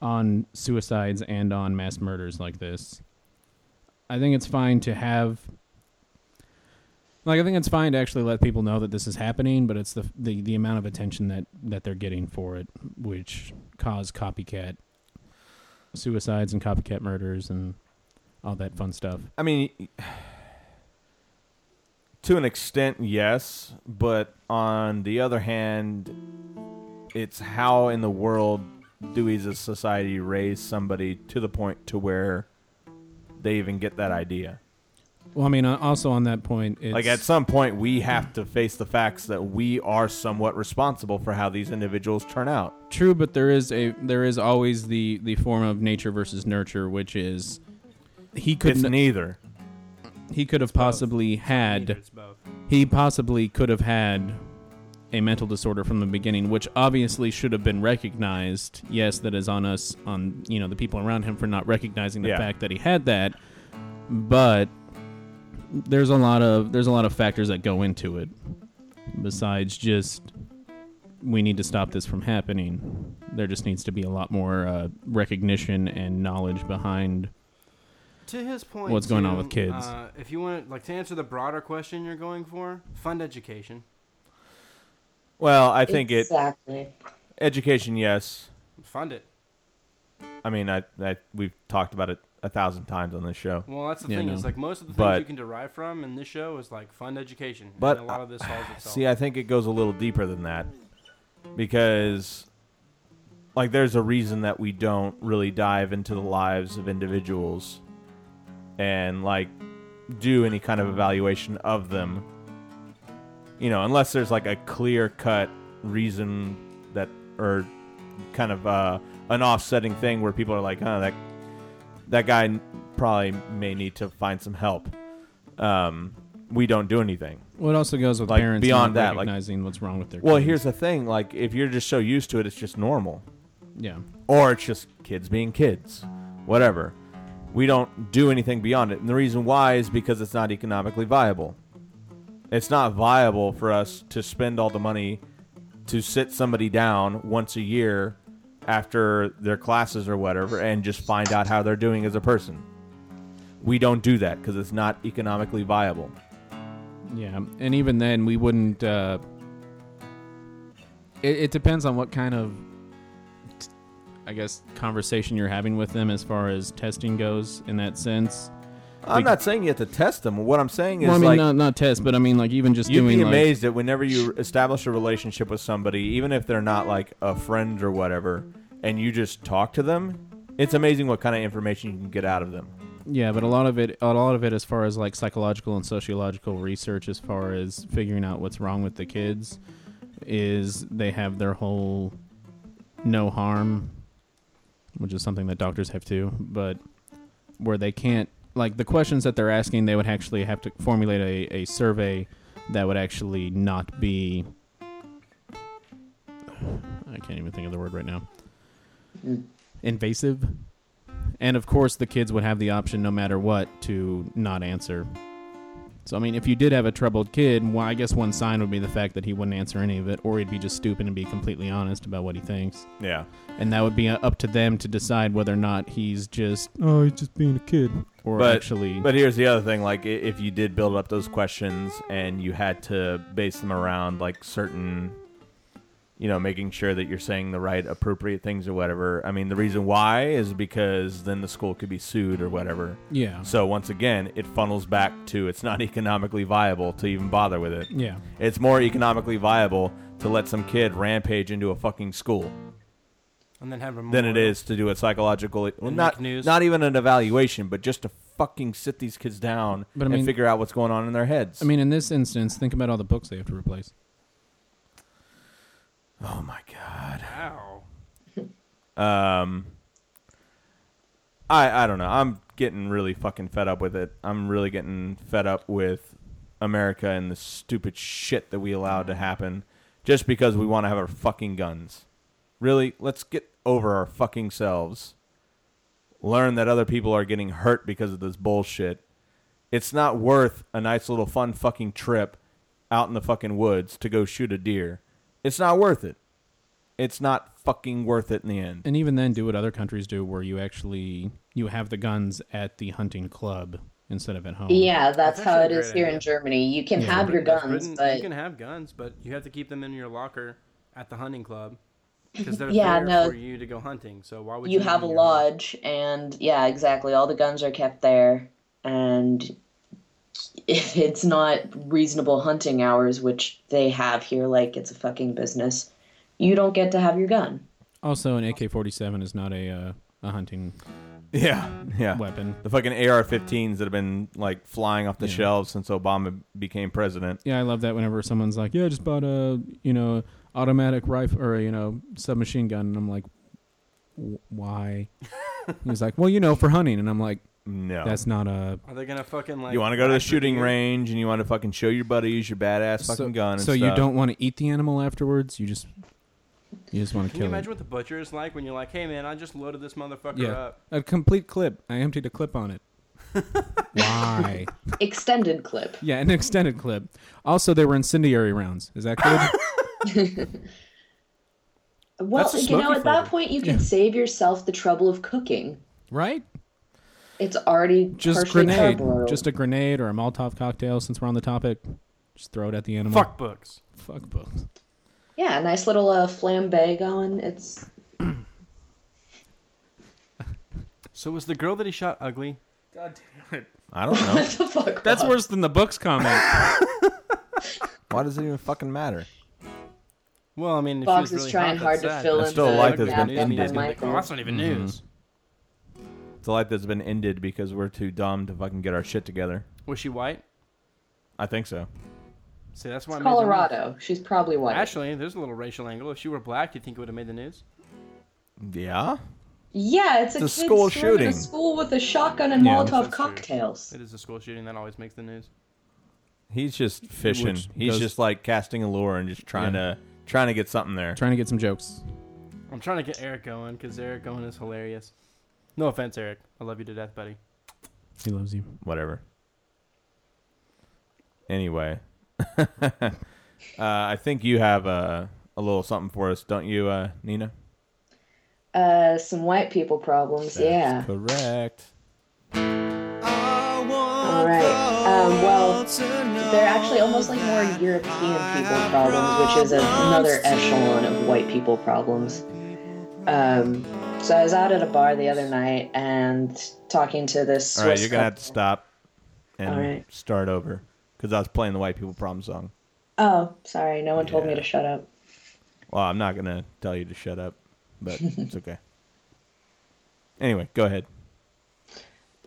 Speaker 2: on suicides and on mass murders like this. I think it's fine to have. Like I think it's fine to actually let people know that this is happening, but it's the the, the amount of attention that, that they're getting for it, which cause copycat suicides and copycat murders and all that fun stuff.
Speaker 1: I mean, to an extent, yes, but on the other hand, it's how in the world do we as a society raise somebody to the point to where they even get that idea?
Speaker 2: Well, I mean, uh, also on that point, it's,
Speaker 1: like at some point, we have to face the facts that we are somewhat responsible for how these individuals turn out.
Speaker 2: True, but there is a there is always the the form of nature versus nurture, which is he
Speaker 1: It's
Speaker 2: could n-
Speaker 1: neither.
Speaker 2: he could have possibly
Speaker 3: Neither,
Speaker 2: had
Speaker 3: It's both.
Speaker 2: he possibly could have had a mental disorder from the beginning, which obviously should have been recognized. Yes, that is on us on you know the people around him for not recognizing the
Speaker 1: Yeah.
Speaker 2: fact that he had that, but there's a lot of there's a lot of factors that go into it besides just we need to stop this from happening. There just needs to be a lot more uh, recognition and knowledge behind.
Speaker 3: To his point,
Speaker 2: What's going on
Speaker 3: too,
Speaker 2: with kids?
Speaker 3: Uh, if you want, like, to answer the broader question you're going for, fund education.
Speaker 1: Well, I think it
Speaker 7: exactly.
Speaker 1: education, yes.
Speaker 3: Fund it.
Speaker 1: I mean, I, I we've talked about it a thousand times on this show.
Speaker 3: Well, that's the
Speaker 2: Yeah,
Speaker 3: thing.
Speaker 2: no.
Speaker 3: Is like most of the things
Speaker 1: But-
Speaker 3: you can derive from in this show is like fund education.
Speaker 1: But
Speaker 3: and a lot of this solves itself.
Speaker 1: See, I think it goes a little deeper than that because, like, there's a reason that we don't really dive into the lives of individuals and, like, do any kind of evaluation of them. You know, unless there's, like, a clear cut reason that, or kind of uh, an offsetting thing where people are like, huh, that, that guy probably may need to find some help. Um, we don't do anything.
Speaker 2: What also goes with
Speaker 1: Like,
Speaker 2: parents
Speaker 1: beyond
Speaker 2: not
Speaker 1: that, like-
Speaker 2: recognizing what's wrong with their
Speaker 1: Well,
Speaker 2: kids.
Speaker 1: here's the thing: like, if you're just so used to it, it's just normal,
Speaker 2: yeah.
Speaker 1: or it's just kids being kids, whatever. We don't do anything beyond it, and the reason why is because it's not economically viable. It's not viable for us to spend all the money to sit somebody down once a year after their classes or whatever and just find out how they're doing as a person. We don't do that because it's not economically viable.
Speaker 2: Yeah, and even then, we wouldn't. Uh, it, it depends on what kind of, t- I I guess, conversation you're having with them as far as testing goes in that sense.
Speaker 1: I'm not saying you have to test them. What I'm saying is
Speaker 2: Well, I mean,
Speaker 1: like
Speaker 2: not not test, but I mean, like even just
Speaker 1: you'd
Speaker 2: doing
Speaker 1: be
Speaker 2: like,
Speaker 1: amazed at whenever you establish a relationship with somebody, even if they're not like a friend or whatever, and you just talk to them. It's amazing what kind of information you can get out of them.
Speaker 2: Yeah, but a lot of it, a lot of it, as far as like psychological and sociological research, as far as figuring out what's wrong with the kids, is they have their whole no harm, which is something that doctors have too, but where they can't like the questions that they're asking, they would actually have to formulate a, a survey that would actually not be. I can't even think of the word right now. Invasive. And of course, the kids would have the option, no matter what, to not answer. So, I mean, if you did have a troubled kid, well, I guess one sign would be the fact that he wouldn't answer any of it, or he'd be just stupid and be completely honest about what he thinks.
Speaker 1: Yeah.
Speaker 2: And that would be uh, up to them to decide whether or not he's just, oh, he's just being a kid, or
Speaker 1: But-
Speaker 2: actually.
Speaker 1: But here's the other thing: like, i- if you did build up those questions and you had to base them around like certain, you know, making sure that you're saying the right, appropriate things or whatever. I mean, the reason why is because then the school could be sued or whatever.
Speaker 2: yeah.
Speaker 1: Uh-huh. So once again, it funnels back to it's not economically viable to even bother with it.
Speaker 2: Yeah.
Speaker 1: It's more economically viable to let some kid rampage into a fucking school
Speaker 3: and then have a
Speaker 1: than it is to do a psychological well,
Speaker 3: make
Speaker 1: not
Speaker 3: news.
Speaker 1: not even an evaluation, but just to fucking sit these kids down
Speaker 2: But I
Speaker 1: and
Speaker 2: mean-
Speaker 1: figure out what's going on in their heads.
Speaker 2: I mean, in this instance, think about all the books they have to replace.
Speaker 1: oh my god.
Speaker 3: Wow.
Speaker 1: Um, I I don't know. I'm getting really fucking fed up with it. I'm really getting fed up with America and the stupid shit that we allowed to happen just because we want to have our fucking guns. Really, let's get over our fucking selves. Learn that other people are getting hurt because of this bullshit. It's not worth a nice little fun fucking trip out in the fucking woods to go shoot a deer. It's not worth it. It's not fucking worth it in the end.
Speaker 2: and even then do what other countries do where you actually you have the guns at the hunting club instead of at home
Speaker 7: Yeah, that's,
Speaker 3: That's
Speaker 7: how it
Speaker 3: actually a
Speaker 7: is
Speaker 3: great
Speaker 7: here
Speaker 3: idea.
Speaker 7: in Germany. You can have your
Speaker 3: That's
Speaker 7: guns,
Speaker 3: Britain.
Speaker 7: but
Speaker 3: you can have guns, but you have to keep them in your locker at the hunting club because they're
Speaker 7: Yeah,
Speaker 3: there
Speaker 7: no.
Speaker 3: for you to go hunting. So why would you,
Speaker 7: you have a
Speaker 3: them in your-
Speaker 7: lodge, and yeah, exactly. All the guns are kept there, and if it's not reasonable hunting hours, which they have here, like it's a fucking business, you don't get to have your gun.
Speaker 2: also an ak-47 is not a uh, a hunting
Speaker 1: Yeah, yeah.
Speaker 2: weapon
Speaker 1: The fucking AR-15s that have been like flying off the
Speaker 2: Yeah.
Speaker 1: shelves since Obama became president.
Speaker 2: yeah i love that whenever someone's like yeah i just bought a you know automatic rifle or you know submachine gun and i'm like "W- why he's like well you know for hunting and i'm like
Speaker 1: No,
Speaker 2: that's not a
Speaker 3: Are they gonna fucking like?
Speaker 1: you want to go to the
Speaker 3: act with
Speaker 1: shooting
Speaker 3: you?
Speaker 1: range and you want to fucking show your buddies your badass fucking gun. And
Speaker 2: so you
Speaker 1: stuff.
Speaker 2: don't want to eat the animal afterwards you just you just want to
Speaker 3: Can you
Speaker 2: kill it
Speaker 3: imagine what the butcher is like when you're like, "Hey man, I just loaded this motherfucker
Speaker 2: Yeah,
Speaker 3: up."
Speaker 2: a complete clip. I emptied a clip on it. Why?
Speaker 7: Extended clip.
Speaker 2: Yeah, an extended clip. Also, they were incendiary rounds. Is that good?
Speaker 7: Well,
Speaker 1: That's a
Speaker 7: you know,
Speaker 1: smoky
Speaker 7: at that
Speaker 1: flavor.
Speaker 7: point, you can save yourself the trouble of cooking.
Speaker 2: right?
Speaker 7: It's already
Speaker 2: Just
Speaker 7: partially
Speaker 2: grenade.
Speaker 7: parboiled.
Speaker 2: Just a grenade or a Molotov cocktail. Since we're on the topic, just throw it at the animal.
Speaker 3: Fuck books.
Speaker 2: Fuck books.
Speaker 7: yeah, a nice little uh, flambe going. It's
Speaker 3: So was the girl that he shot ugly?
Speaker 1: I don't know.
Speaker 7: what the fuck.
Speaker 2: That's
Speaker 7: Rob?
Speaker 2: worse than the books comment.
Speaker 1: Why does it even fucking matter?
Speaker 3: Well, I mean, if
Speaker 7: Boggs
Speaker 3: she was really
Speaker 7: is trying
Speaker 3: hot,
Speaker 7: hard
Speaker 3: that's
Speaker 7: to
Speaker 3: sad,
Speaker 7: fill
Speaker 3: but
Speaker 1: I
Speaker 7: in
Speaker 1: still
Speaker 7: the
Speaker 1: like there's
Speaker 7: gap
Speaker 1: been
Speaker 7: left by
Speaker 1: ended.
Speaker 7: Michael.
Speaker 3: Oh, that's not even news.
Speaker 1: It's a light that's been ended because we're too dumb to fucking get our shit together.
Speaker 3: Was she white?
Speaker 1: I think so.
Speaker 3: See, that's why. I made the news.
Speaker 7: Colorado. She's probably white.
Speaker 3: Actually, there's a little racial angle. If she were black, you think it would have made the news?
Speaker 1: Yeah.
Speaker 7: yeah, it's a,
Speaker 1: It's a
Speaker 7: kid
Speaker 1: school
Speaker 7: storming
Speaker 1: shooting.
Speaker 7: A school with a shotgun and
Speaker 2: Yeah,
Speaker 3: that's
Speaker 7: Molotov
Speaker 3: true.
Speaker 7: cocktails.
Speaker 3: It is a school shooting that always makes the news.
Speaker 1: He's just fishing.
Speaker 2: Which
Speaker 1: He's
Speaker 2: goes-
Speaker 1: just like casting a lure and just trying
Speaker 2: Yeah.
Speaker 1: to trying to get something there.
Speaker 2: Trying to get some jokes.
Speaker 3: I'm trying to get Eric going because Eric going is hilarious. No offense, Eric. I love you to death, buddy.
Speaker 2: He loves you.
Speaker 1: whatever. Anyway, uh, I think you have a a little something for us, don't you, uh, Nina?
Speaker 7: Uh, some white people problems. yeah.
Speaker 1: That's correct.
Speaker 7: All right. Um, well, they're actually almost like more European people problems, which is another echelon of white people problems. Um, So I was out at a bar the other night and talking to this.
Speaker 1: All right,
Speaker 7: Swiss
Speaker 1: you're gonna
Speaker 7: couple.
Speaker 1: have to stop and
Speaker 7: All right.
Speaker 1: start over because I was playing the white people problem song.
Speaker 7: Oh, sorry. No one told me to shut up.
Speaker 1: Well, I'm not gonna tell you to shut up, but it's okay. Anyway, go ahead.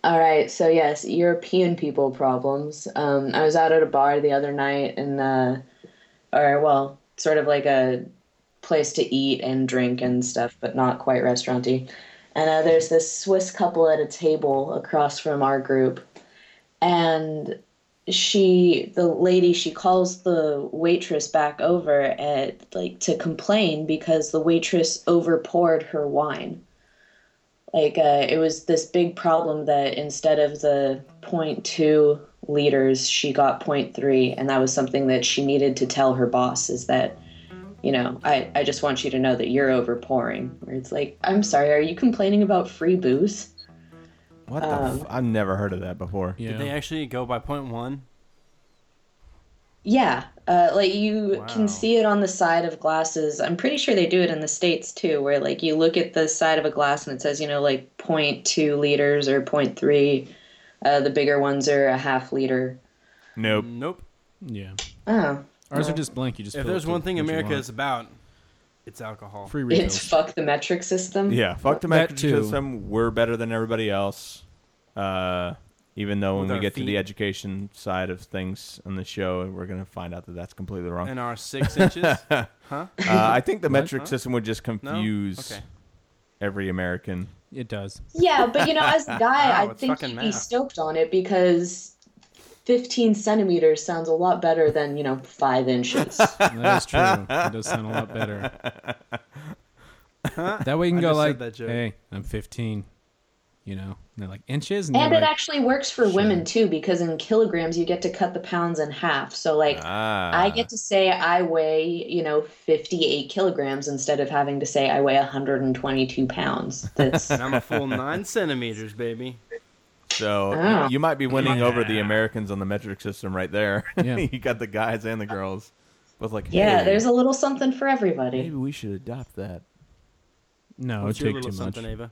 Speaker 7: All right, so yes, European people problems. Um, I was out at a bar the other night, and uh, or well, sort of like a place to eat and drink and stuff, but not quite restauranty. And uh, there's this Swiss couple at a table across from our group, and she, the lady, she calls the waitress back over at like to complain because the waitress over poured her wine like uh, it was this big problem that instead of the 0.2 liters she got 0.3 and that was something that she needed to tell her boss is that you know i, I just want you to know that you're over pouring where it's like i'm sorry are you complaining about free booze
Speaker 1: What
Speaker 7: Um,
Speaker 1: the? F- I've never heard of that before.
Speaker 2: Yeah.
Speaker 3: Did they actually go by point one?
Speaker 7: yeah uh, like you
Speaker 3: Wow.
Speaker 7: can see it on the side of glasses i'm pretty sure they do it in the states too where like you look at the side of a glass and it says you know like 0.2 liters or 0.3 uh, the bigger ones are a half liter
Speaker 1: Nope.
Speaker 3: Nope.
Speaker 2: Yeah.
Speaker 7: oh
Speaker 2: Ours are just blank. You just.
Speaker 3: If
Speaker 2: fill
Speaker 3: there's
Speaker 2: it to
Speaker 3: one thing
Speaker 2: what you
Speaker 3: America
Speaker 2: want.
Speaker 3: is about, it's alcohol.
Speaker 2: free
Speaker 7: It's
Speaker 2: refills.
Speaker 7: fuck the metric system.
Speaker 1: Yeah, fuck the
Speaker 2: That
Speaker 1: metric
Speaker 2: too.
Speaker 1: system. We're better than everybody else. Uh, even though
Speaker 3: With
Speaker 1: when we
Speaker 3: our
Speaker 1: get to
Speaker 3: feet.
Speaker 1: the education side of things on the show, we're gonna find out that that's completely wrong.
Speaker 3: And our six inches.
Speaker 1: Uh, I think the metric system would just confuse
Speaker 3: Okay.
Speaker 1: every American.
Speaker 2: It does.
Speaker 7: Yeah, but you know, as a guy,
Speaker 3: Wow,
Speaker 7: I
Speaker 3: it's
Speaker 7: think
Speaker 3: fucking
Speaker 7: he'd be
Speaker 3: math.
Speaker 7: stoked on it because 15 centimeters sounds a lot better than, you know, five inches.
Speaker 2: That is true. It does sound a lot better. That way you can
Speaker 3: I
Speaker 2: go
Speaker 3: just said
Speaker 2: like,
Speaker 3: that joke.
Speaker 2: "Hey, I'm 15," you know. And they're like inches, and,
Speaker 7: and
Speaker 2: you're
Speaker 7: it
Speaker 2: like,
Speaker 7: actually works for women too because in kilograms you get to cut the pounds in half. So, like, I get to say I weigh, you know, 58 kilograms instead of having to say I weigh 122 pounds. That's.
Speaker 3: and I'm a full nine centimeters, baby.
Speaker 1: So
Speaker 7: Oh.
Speaker 1: you might be winning over the Americans on the metric system right there.
Speaker 2: Yeah.
Speaker 1: you got the guys and the girls. Both like,
Speaker 7: yeah,
Speaker 1: "Hey,
Speaker 7: there's a little something for everybody.
Speaker 1: maybe we should adopt that.
Speaker 2: "No, it
Speaker 3: What's your
Speaker 2: take
Speaker 3: little
Speaker 2: too much."
Speaker 3: something, Ava?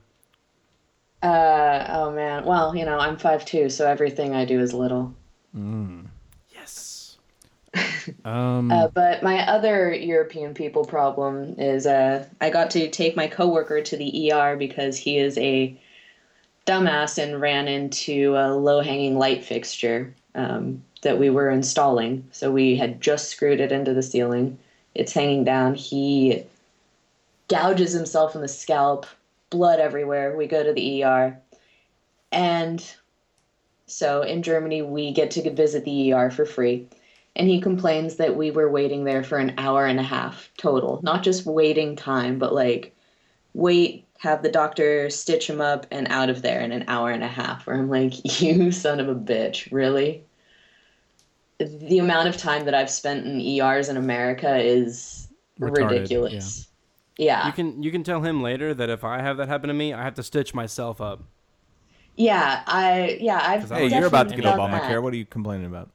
Speaker 7: Uh, oh man. Well, you know, I'm 5'2, so everything I do is little.
Speaker 3: Yes.
Speaker 2: Um,
Speaker 7: Uh, but my other European people problem is uh, I got to take my coworker to the ER because he is a dumbass and ran into a low hanging light fixture um, that we were installing. So we had just screwed it into the ceiling. It's hanging down. He gouges himself in the scalp, blood everywhere. We go to the ER. And so in Germany, we get to visit the ER for free and he complains that we were waiting there for an hour and a half total not just waiting time but like wait have the doctor stitch him up and out of there in an hour and a half where i'm like you son of a bitch really the amount of time that i've spent in ers in america is
Speaker 2: Retarded,
Speaker 7: ridiculous yeah
Speaker 3: You can you can tell him later that if I have that happen to me, I have to stitch myself up.
Speaker 7: yeah i yeah i've
Speaker 1: Hey, you're about to
Speaker 7: definitely
Speaker 1: get
Speaker 7: done
Speaker 1: Obamacare.
Speaker 7: that.
Speaker 1: What are you complaining about?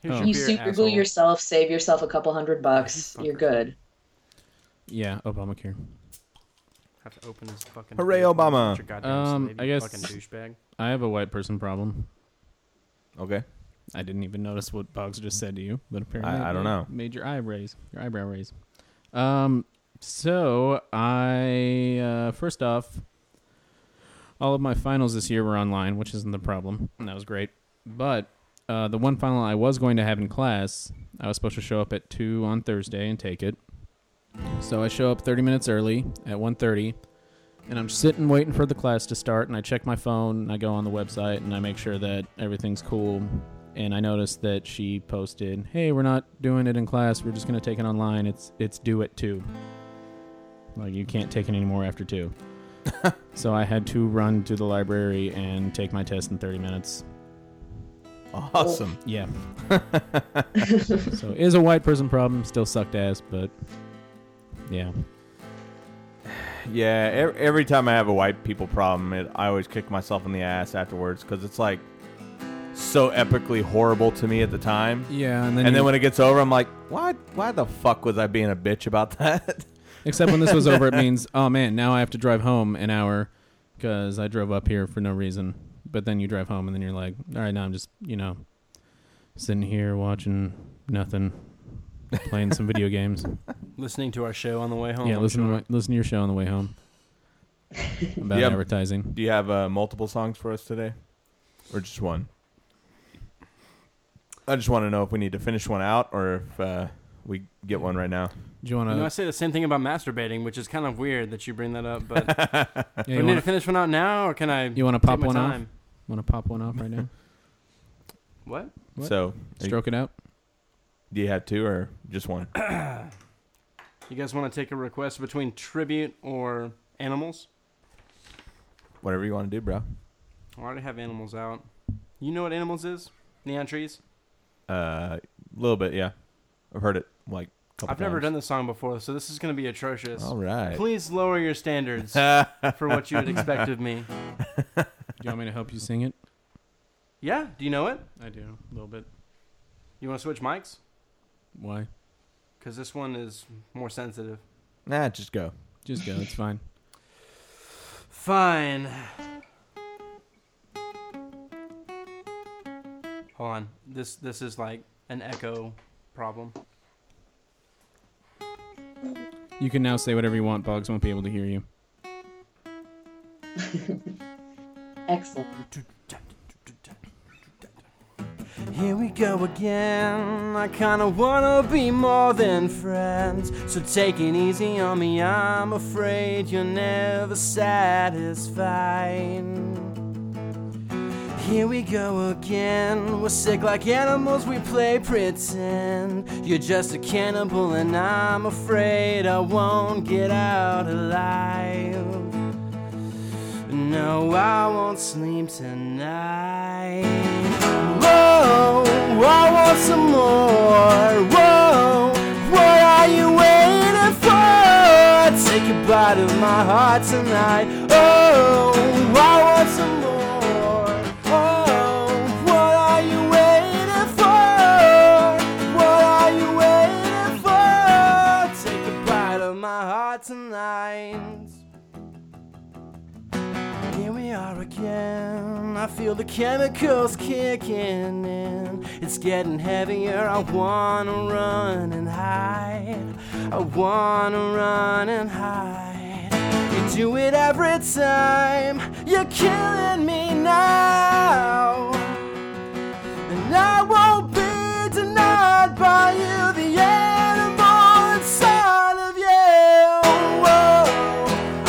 Speaker 3: Here's
Speaker 2: Oh.
Speaker 3: your
Speaker 7: you
Speaker 3: beer,
Speaker 7: super glue
Speaker 3: asshole.
Speaker 7: yourself save yourself a couple hundred bucks you're good
Speaker 2: yeah, Obamacare.
Speaker 3: Have to open his fucking.
Speaker 1: Hooray,
Speaker 3: beer.
Speaker 1: Obama.
Speaker 3: Your goddamn
Speaker 2: Um,
Speaker 3: sleeve,
Speaker 2: I
Speaker 3: you
Speaker 2: guess-
Speaker 3: Fucking douchebag.
Speaker 2: I have a white person problem.
Speaker 1: Okay.
Speaker 2: I didn't even notice what Boggs just said to you, but apparently
Speaker 1: I
Speaker 2: it
Speaker 1: don't
Speaker 2: made-
Speaker 1: know.
Speaker 2: Made your eye raise, your eyebrow raise. Um, so I uh, first off, all of my finals this year were online, which isn't the problem, and that was great. But uh, the one final I was going to have in class, I was supposed to show up at two on Thursday and take it. So I show up 30 minutes early at 1:30, and I'm sitting waiting for the class to start. And I check my phone, and I go on the website, and I make sure that everything's cool. And I notice that she posted, "Hey, we're not doing it in class. We're just gonna take it online. It's it's due at two. Like you can't take it anymore after two. so I had to run to the library and take my test in 30 minutes.
Speaker 1: Awesome.
Speaker 2: Yeah. so it is a white person problem. Still sucked ass, but yeah.
Speaker 1: Yeah, ev- every time I have a white people problem, it, I always kick myself in the ass afterwards because it's like so epically horrible to me at the time.
Speaker 2: Yeah, and then
Speaker 1: And then when it gets over, I'm like, why? Why the fuck was I being a bitch about that?
Speaker 2: Except when this was over, it means, oh man, now I have to drive home an hour because I drove up here for no reason. But then you drive home and then you're like, all right, now I'm just, you know, sitting here watching nothing, playing some video games.
Speaker 3: Listening to our show on the way home.
Speaker 2: yeah,
Speaker 3: Oh, I'm
Speaker 2: listen,
Speaker 3: sure.
Speaker 2: to my, listen to your show on the way home about
Speaker 1: Yeah.
Speaker 2: advertising.
Speaker 1: Do you have uh, multiple songs for us today, or just one? I just want to know if we need to finish one out or if uh, we get one right now.
Speaker 2: Do you want
Speaker 3: You know, I
Speaker 2: to?
Speaker 3: say the same thing about masturbating, which is kind of weird that you bring that up. But
Speaker 2: Yeah,
Speaker 3: do I
Speaker 2: you
Speaker 3: need
Speaker 2: wanna-
Speaker 3: to finish one out now, or Oh, can I?
Speaker 2: you want to
Speaker 3: take
Speaker 2: pop
Speaker 3: my
Speaker 2: one off?
Speaker 3: time?
Speaker 2: Want to pop one off right now?
Speaker 3: What?
Speaker 2: What?
Speaker 1: So, are you-
Speaker 2: Stroke it out.
Speaker 1: do you have two or just one?
Speaker 3: You guys want to take a request between tribute or animals?
Speaker 1: Whatever you want to do, bro.
Speaker 3: I already have animals out. You know what animals is? Neon trees.
Speaker 1: Uh, A little bit, yeah. I've heard it like. a Couple
Speaker 3: I've never
Speaker 1: times.
Speaker 3: done this song before, so this is going to be atrocious.
Speaker 1: All right.
Speaker 3: Please lower your standards for what you would expect of me.
Speaker 2: Do you want me to help you sing it?
Speaker 3: Yeah, do you know it?
Speaker 2: I do a little bit.
Speaker 3: You want to switch mics?
Speaker 2: Why?
Speaker 3: Because this one is more sensitive.
Speaker 1: Nah, just go.
Speaker 2: Just go. It's fine.
Speaker 3: Fine. Hold on. This this is like an echo problem.
Speaker 2: You can now say whatever you want. Bugs won't be able to hear you.
Speaker 7: Excellent.
Speaker 3: Here we go again. I kinda wanna be more than friends. So take it easy on me, I'm afraid you're never satisfied. Here we go again. We're sick like animals, we play pretend. You're just a cannibal, and I'm afraid I won't get out alive. No, I won't sleep tonight. Whoa, I want some more. Whoa, what are you waiting for? Take a bite of my heart tonight. Oh, I want some more. Oh, what are you waiting for? What are you waiting for? Take a bite of my heart tonight. Here we are again. I feel the chemicals kicking in. It's getting heavier. I wanna run and hide. I wanna run and hide. You do it every time. You're killing me now. And I won't be denied by you, the animal inside of you. Whoa,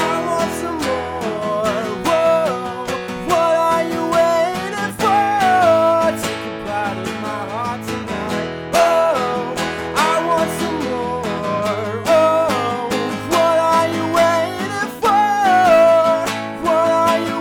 Speaker 3: I want some more. Whoa, what are you waiting for? Take a bite of my heart tonight. Oh, I want some more. Oh, what are you waiting for? What are you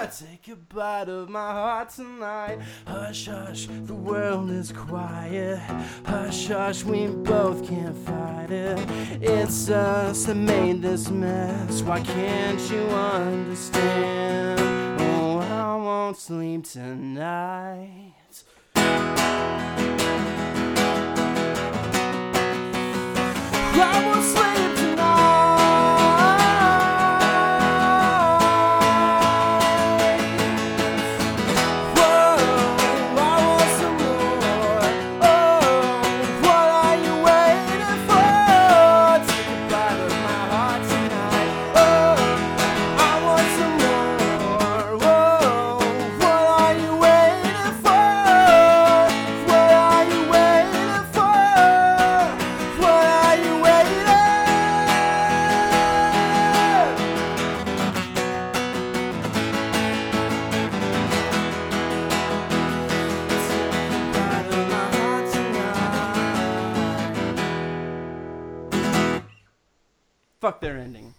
Speaker 3: waiting for? Take a bite of my heart tonight. Hush, hush, the world is quiet. Hush, hush, we both can't fight it. It's us that made this mess. Why can't you understand? Oh, I won't sleep tonight. I won't sleep tonight. Whoa, I want some more. Oh, what are you waiting for? Take a bite of my heart tonight. Oh, I want some more. Whoa, what are you waiting for? What are you waiting for? What are you waiting? Fuck their ending.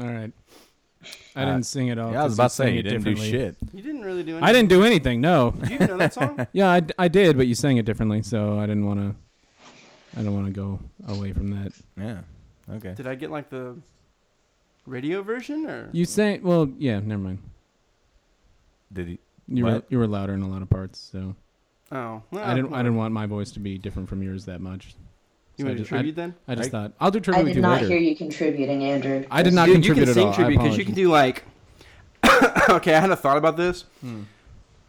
Speaker 2: All right. I didn't sing it all.
Speaker 1: Uh, Yeah, I
Speaker 2: 'cause
Speaker 1: was about to
Speaker 2: sang
Speaker 1: say you
Speaker 2: it
Speaker 1: didn't do
Speaker 2: differently.
Speaker 1: shit.
Speaker 3: You didn't really do anything.
Speaker 2: I didn't do anything. No.
Speaker 3: Do you even know that song?
Speaker 2: yeah, I, d- I did, but you sang it differently, so I didn't want to. I don't want to go away from that.
Speaker 1: Yeah. Okay.
Speaker 3: Did I get like the radio version or?
Speaker 2: You sang. Well, yeah. Never mind.
Speaker 1: Did he?
Speaker 2: You were
Speaker 1: What?
Speaker 2: you were louder in a lot of parts, so
Speaker 3: oh, well,
Speaker 9: Ah,
Speaker 2: I didn't I didn't want my voice to be different from yours that much. So
Speaker 9: You want
Speaker 2: I
Speaker 9: to
Speaker 2: just-
Speaker 9: tribute
Speaker 2: I,
Speaker 9: then?
Speaker 2: I just thought I'll do tribute
Speaker 7: I
Speaker 2: with
Speaker 7: did
Speaker 2: you
Speaker 7: not
Speaker 2: later.
Speaker 7: hear you contributing, Andrew.
Speaker 2: I did not
Speaker 9: Dude,
Speaker 2: contribute
Speaker 9: you
Speaker 2: at
Speaker 9: can sing
Speaker 2: all. I
Speaker 9: tribute because you
Speaker 2: apologize.
Speaker 9: can do like. okay, I had a thought about this.
Speaker 2: Hmm.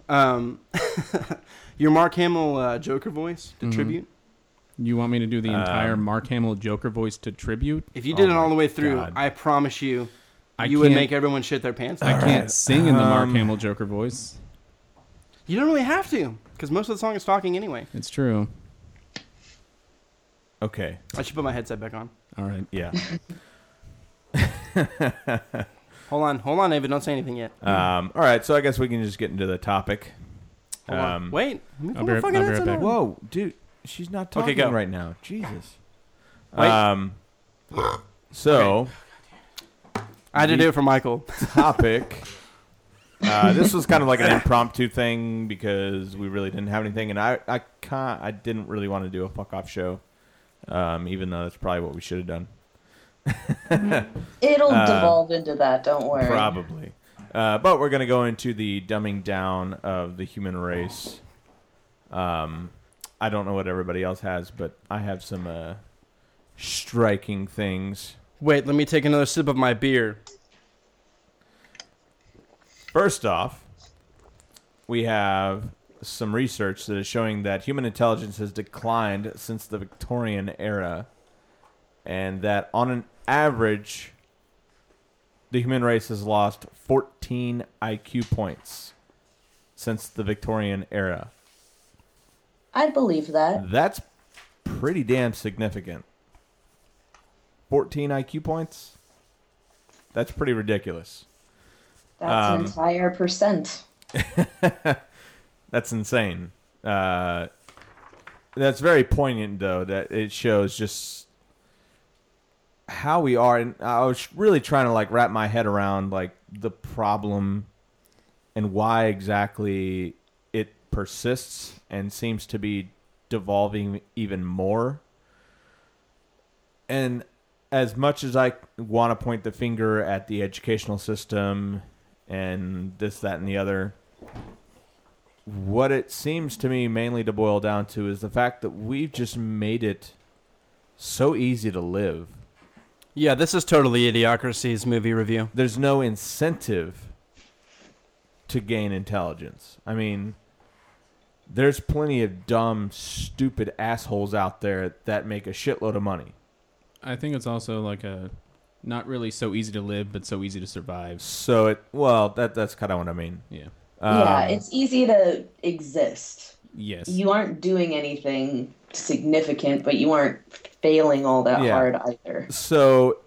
Speaker 9: Um, your Mark Hamill uh, Joker voice to
Speaker 2: Mm-hmm.
Speaker 9: tribute.
Speaker 2: You want me to do the entire
Speaker 1: Um,
Speaker 2: Mark Hamill Joker voice to tribute?
Speaker 9: If you did
Speaker 1: Oh
Speaker 9: it all the
Speaker 1: my
Speaker 9: way through,
Speaker 1: God.
Speaker 9: I promise you,
Speaker 2: I
Speaker 9: you would
Speaker 2: can't-
Speaker 9: make everyone shit their pants.
Speaker 2: I can't sing in the Mark
Speaker 1: Um,
Speaker 2: Hamill Joker voice.
Speaker 9: You don't really have to, because most of the song is talking anyway.
Speaker 2: It's true.
Speaker 1: Okay.
Speaker 9: I should put my headset back on.
Speaker 2: All right.
Speaker 1: Yeah.
Speaker 9: Hold on, hold on, David. Don't say anything yet.
Speaker 1: Um, all right. So I guess we can just get into the topic.
Speaker 9: Hold on. Wait. Let me
Speaker 2: I'll
Speaker 9: put
Speaker 2: be
Speaker 9: my
Speaker 2: right-
Speaker 9: fucking
Speaker 2: I'll be right
Speaker 9: headset
Speaker 2: back.
Speaker 9: on.
Speaker 1: Whoa, dude. She's not talking
Speaker 9: go.
Speaker 1: right now. Jesus.
Speaker 9: Wait.
Speaker 1: Um. So.
Speaker 9: I had to do it for Michael.
Speaker 1: topic. Uh, this was kind of like an impromptu thing because we really didn't have anything, and I I can I didn't really want to do a fuck off show, um, even though that's probably what we should have done,
Speaker 7: It'll
Speaker 1: Uh,
Speaker 7: devolve into that. Don't worry.
Speaker 1: probably. Uh, but we're gonna go into the dumbing down of the human race. Um, I don't know what everybody else has, but I have some uh, striking things.
Speaker 9: Wait, let me take another sip of my beer.
Speaker 1: First off, we have some research that is showing that human intelligence has declined since the Victorian era, and that on an average, the human race has lost 14 IQ points since the Victorian era.
Speaker 7: I'd believe that.
Speaker 1: That's pretty damn significant. 14 IQ points? That's pretty ridiculous.
Speaker 7: That's an entire percent.
Speaker 1: That's insane. Uh, that's very poignant, though, that it shows just how we are. And I was really trying to like wrap my head around like the problem and why exactly it persists and seems to be devolving even more. And as much as I want to point the finger at the educational system and this, that, and the other, what it seems to me mainly to boil down to is the fact that we've just made it so easy to live.
Speaker 9: Yeah, this is totally Idiocracy's movie review.
Speaker 1: There's no incentive to gain intelligence. I mean, there's plenty of dumb, stupid assholes out there that make a shitload of money.
Speaker 2: I think it's also like a not really so easy to live, but so easy to survive.
Speaker 1: So it, well, that that's kind of what I mean.
Speaker 2: Yeah.
Speaker 1: um,
Speaker 7: yeah, it's easy to exist.
Speaker 2: Yes.
Speaker 7: You aren't doing anything significant, but you aren't failing all that
Speaker 1: Yeah.
Speaker 7: hard either.
Speaker 1: so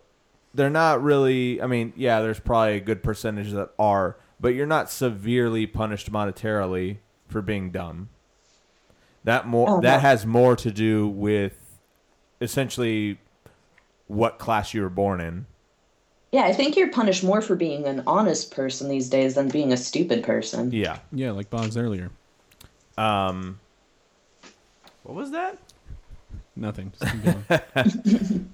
Speaker 1: they're not really i mean yeah there's probably a good percentage that are but you're not severely punished monetarily for being dumb that more
Speaker 7: Oh,
Speaker 1: that
Speaker 7: no.
Speaker 1: has more to do with essentially what class you were born in
Speaker 7: Yeah, I think you're punished more for being an honest person these days than being a stupid person.
Speaker 1: yeah
Speaker 2: yeah, like Boggs earlier.
Speaker 1: um
Speaker 9: What was that?
Speaker 2: Nothing. Just keep going.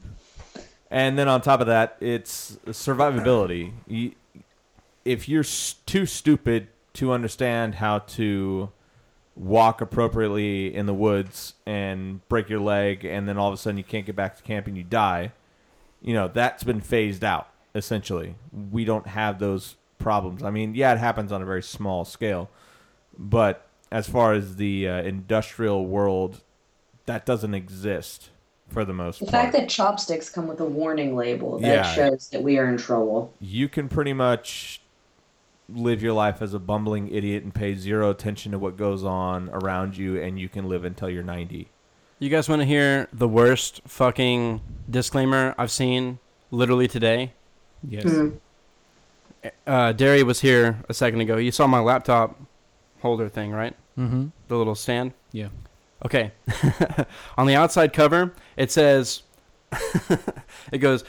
Speaker 1: And then on top of that, it's survivability. You, if you're s- too stupid to understand how to walk appropriately in the woods and break your leg, and then all of a sudden you can't get back to camp and you die, you know, that's been phased out, essentially. We don't have those problems. I mean, yeah, it happens on a very small scale, but as far as the uh, industrial world, that doesn't exist for the most
Speaker 7: The
Speaker 1: part.
Speaker 7: fact that chopsticks come with a warning label that
Speaker 1: Yeah.
Speaker 7: shows that we are in trouble.
Speaker 1: you can pretty much live your life as a bumbling idiot and pay zero attention to what goes on around you and you can live until you're 90
Speaker 9: You guys want to hear the worst fucking disclaimer I've seen literally today?
Speaker 2: yes.
Speaker 7: Hmm.
Speaker 9: Uh, Derry was here a second ago. You saw my laptop holder thing, right?
Speaker 2: Mm-hmm.
Speaker 9: The little stand.
Speaker 2: Yeah.
Speaker 9: Okay. On the outside cover, it says, it goes,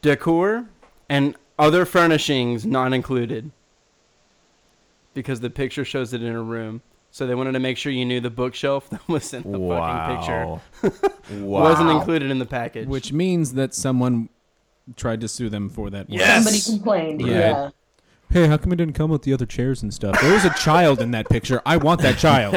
Speaker 9: decor and other furnishings not included. Because the picture shows it in a room. So they wanted to make sure you knew the bookshelf that was in the fucking picture
Speaker 1: picture
Speaker 9: wasn't included in the package.
Speaker 2: Which means that someone tried to sue them for that. word.
Speaker 7: Somebody complained.
Speaker 2: Right.
Speaker 7: Yeah.
Speaker 2: Hey, how come it didn't come with the other chairs and stuff? There was a child in that picture. I want that child.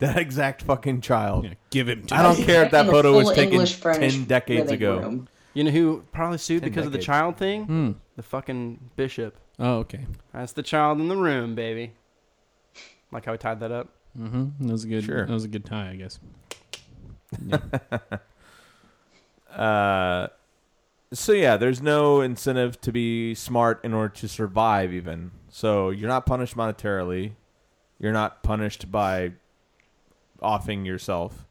Speaker 1: That exact fucking child.
Speaker 2: Give him. To
Speaker 1: I don't care if that
Speaker 7: In a
Speaker 1: photo was
Speaker 7: full
Speaker 1: taken
Speaker 7: English furnished
Speaker 1: ten decades
Speaker 7: living
Speaker 1: ago.
Speaker 7: room.
Speaker 9: You know who probably sued
Speaker 1: Ten
Speaker 9: because of the
Speaker 1: decades.
Speaker 9: child thing?
Speaker 2: Hmm.
Speaker 9: The fucking bishop.
Speaker 2: Oh, okay.
Speaker 9: That's the child in the room, baby. Like how we tied that up.
Speaker 2: Mm-hmm. That was a good.
Speaker 1: Sure.
Speaker 2: That was a good tie, I guess.
Speaker 1: Uh, so yeah, there's no incentive to be smart in order to survive. Even so, you're not punished monetarily. You're not punished by offing yourself.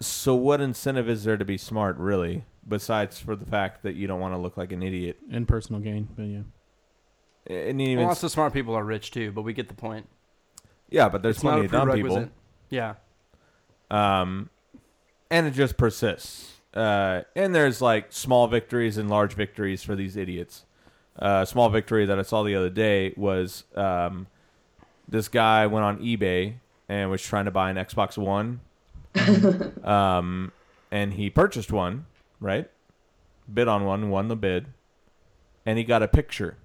Speaker 1: So what incentive is there to be smart, really? Besides for the fact that you don't want to look like an idiot.
Speaker 2: And personal gain, but yeah.
Speaker 1: And even
Speaker 9: Well, lots of smart people are rich too, but we get the point.
Speaker 1: yeah, but there's
Speaker 9: It's not
Speaker 1: plenty
Speaker 9: a
Speaker 1: of dumb people.
Speaker 9: prerequisite. Yeah.
Speaker 1: um, and it just persists. Uh, and there's like small victories and large victories for these idiots. Uh, small victory that I saw the other day was um, this guy went on eBay and was trying to buy an Xbox One, um, and he purchased one, right? Bid on one, won the bid, and he got a picture.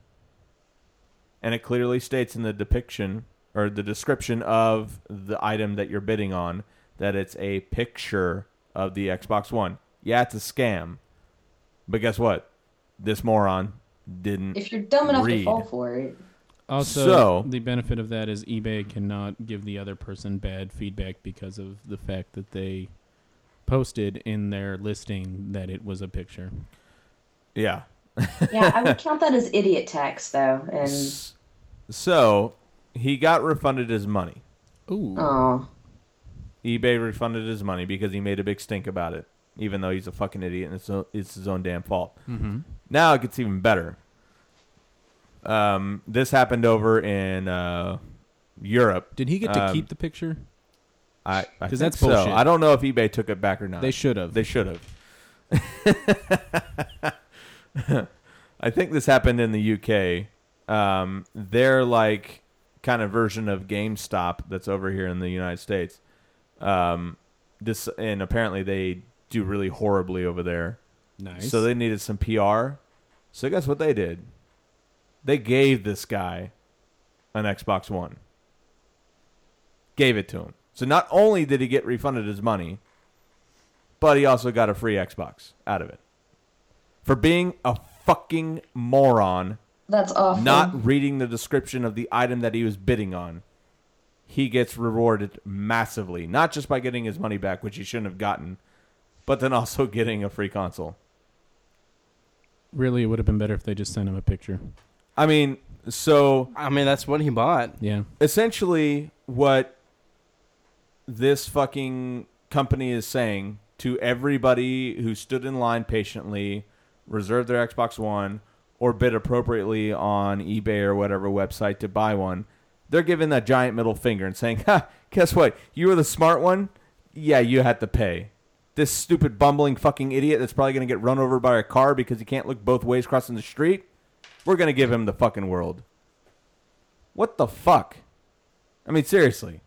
Speaker 1: And it clearly states in the depiction or the description of the item that you're bidding on that it's a picture of the Xbox One. Yeah, it's a scam. But guess what? This moron didn't.
Speaker 7: If you're dumb enough
Speaker 1: Read.
Speaker 7: to fall for it,
Speaker 2: Also,
Speaker 1: So-
Speaker 2: the benefit of that is eBay cannot give the other person bad feedback because of the fact that they posted in their listing that it was a picture.
Speaker 1: Yeah.
Speaker 7: yeah, I would count that as idiot tax though, and
Speaker 1: S- So he got refunded his money.
Speaker 2: Ooh.
Speaker 7: oh,
Speaker 1: eBay refunded his money because he made a big stink about it, even though he's a fucking idiot and it's, o- it's his own damn fault. Mm-hmm. Now it gets even better. Um, this happened over in uh, Europe.
Speaker 2: Did he get to
Speaker 1: Um,
Speaker 2: keep the picture?
Speaker 1: I, I
Speaker 2: 'Cause
Speaker 1: think
Speaker 2: that's
Speaker 1: so.
Speaker 2: bullshit.
Speaker 1: I don't know if eBay took it back or not.
Speaker 2: They should have.
Speaker 1: They should have. I think this happened in the UK. Um, their like kind of version of GameStop that's over here in the United States. Um, this and apparently they do really horribly over there.
Speaker 2: Nice.
Speaker 1: So they needed some PR. So guess what they did? They gave this guy an Xbox One. Gave it to him. So not only did he get refunded his money, but he also got a free Xbox out of it. For being a fucking moron,
Speaker 7: that's awful.
Speaker 1: not reading the description of the item that he was bidding on, he gets rewarded massively. Not just by getting his money back, which he shouldn't have gotten, but then also getting a free console.
Speaker 2: really, it would have been better if they just sent him a picture.
Speaker 1: I mean, so
Speaker 9: I mean, that's what he bought.
Speaker 2: Yeah.
Speaker 1: essentially what this fucking company is saying to everybody who stood in line patiently, reserved their Xbox One, or bid appropriately on eBay or whatever website to buy one, they're giving that giant middle finger and saying, ha, guess what? You were the smart one. Yeah, you had to pay. This stupid, bumbling fucking idiot that's probably going to get run over by a car because he can't look both ways crossing the street. We're going to give him the fucking world. What the fuck? I mean, seriously.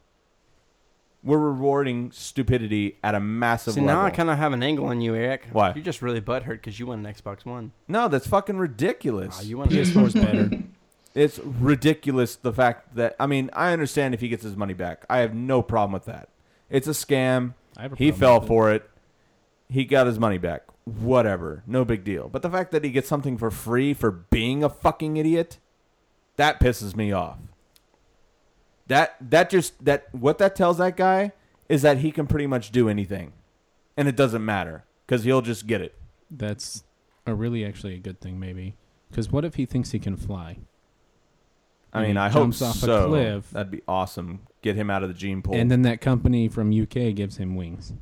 Speaker 1: We're rewarding stupidity at a massive
Speaker 9: See,
Speaker 1: level.
Speaker 9: now I kind of have an angle on you, Eric.
Speaker 1: Why?
Speaker 9: You're just really butthurt because you won an Xbox One.
Speaker 1: no, that's fucking ridiculous.
Speaker 9: Oh, you won an
Speaker 2: PS4 is better.
Speaker 1: it's ridiculous the fact that I mean, I understand if he gets his money back. I have no problem with that. It's a scam.
Speaker 2: I have a
Speaker 1: he
Speaker 2: problem
Speaker 1: fell
Speaker 2: with it.
Speaker 1: for it. He got his money back. Whatever. No big deal. But the fact that he gets something for free for being a fucking idiot, that pisses me off. That that just that what that tells that guy is that he can pretty much do anything. And it doesn't matter cuz he'll just get it.
Speaker 2: That's a really actually a good thing, maybe. Because what if he thinks he can fly?
Speaker 1: I
Speaker 2: And
Speaker 1: mean,
Speaker 2: he
Speaker 1: I hope
Speaker 2: jumps off a
Speaker 1: so.
Speaker 2: cliff.
Speaker 1: That'd be awesome. Get him out of the gene pool.
Speaker 2: And then that company from UK gives him wings,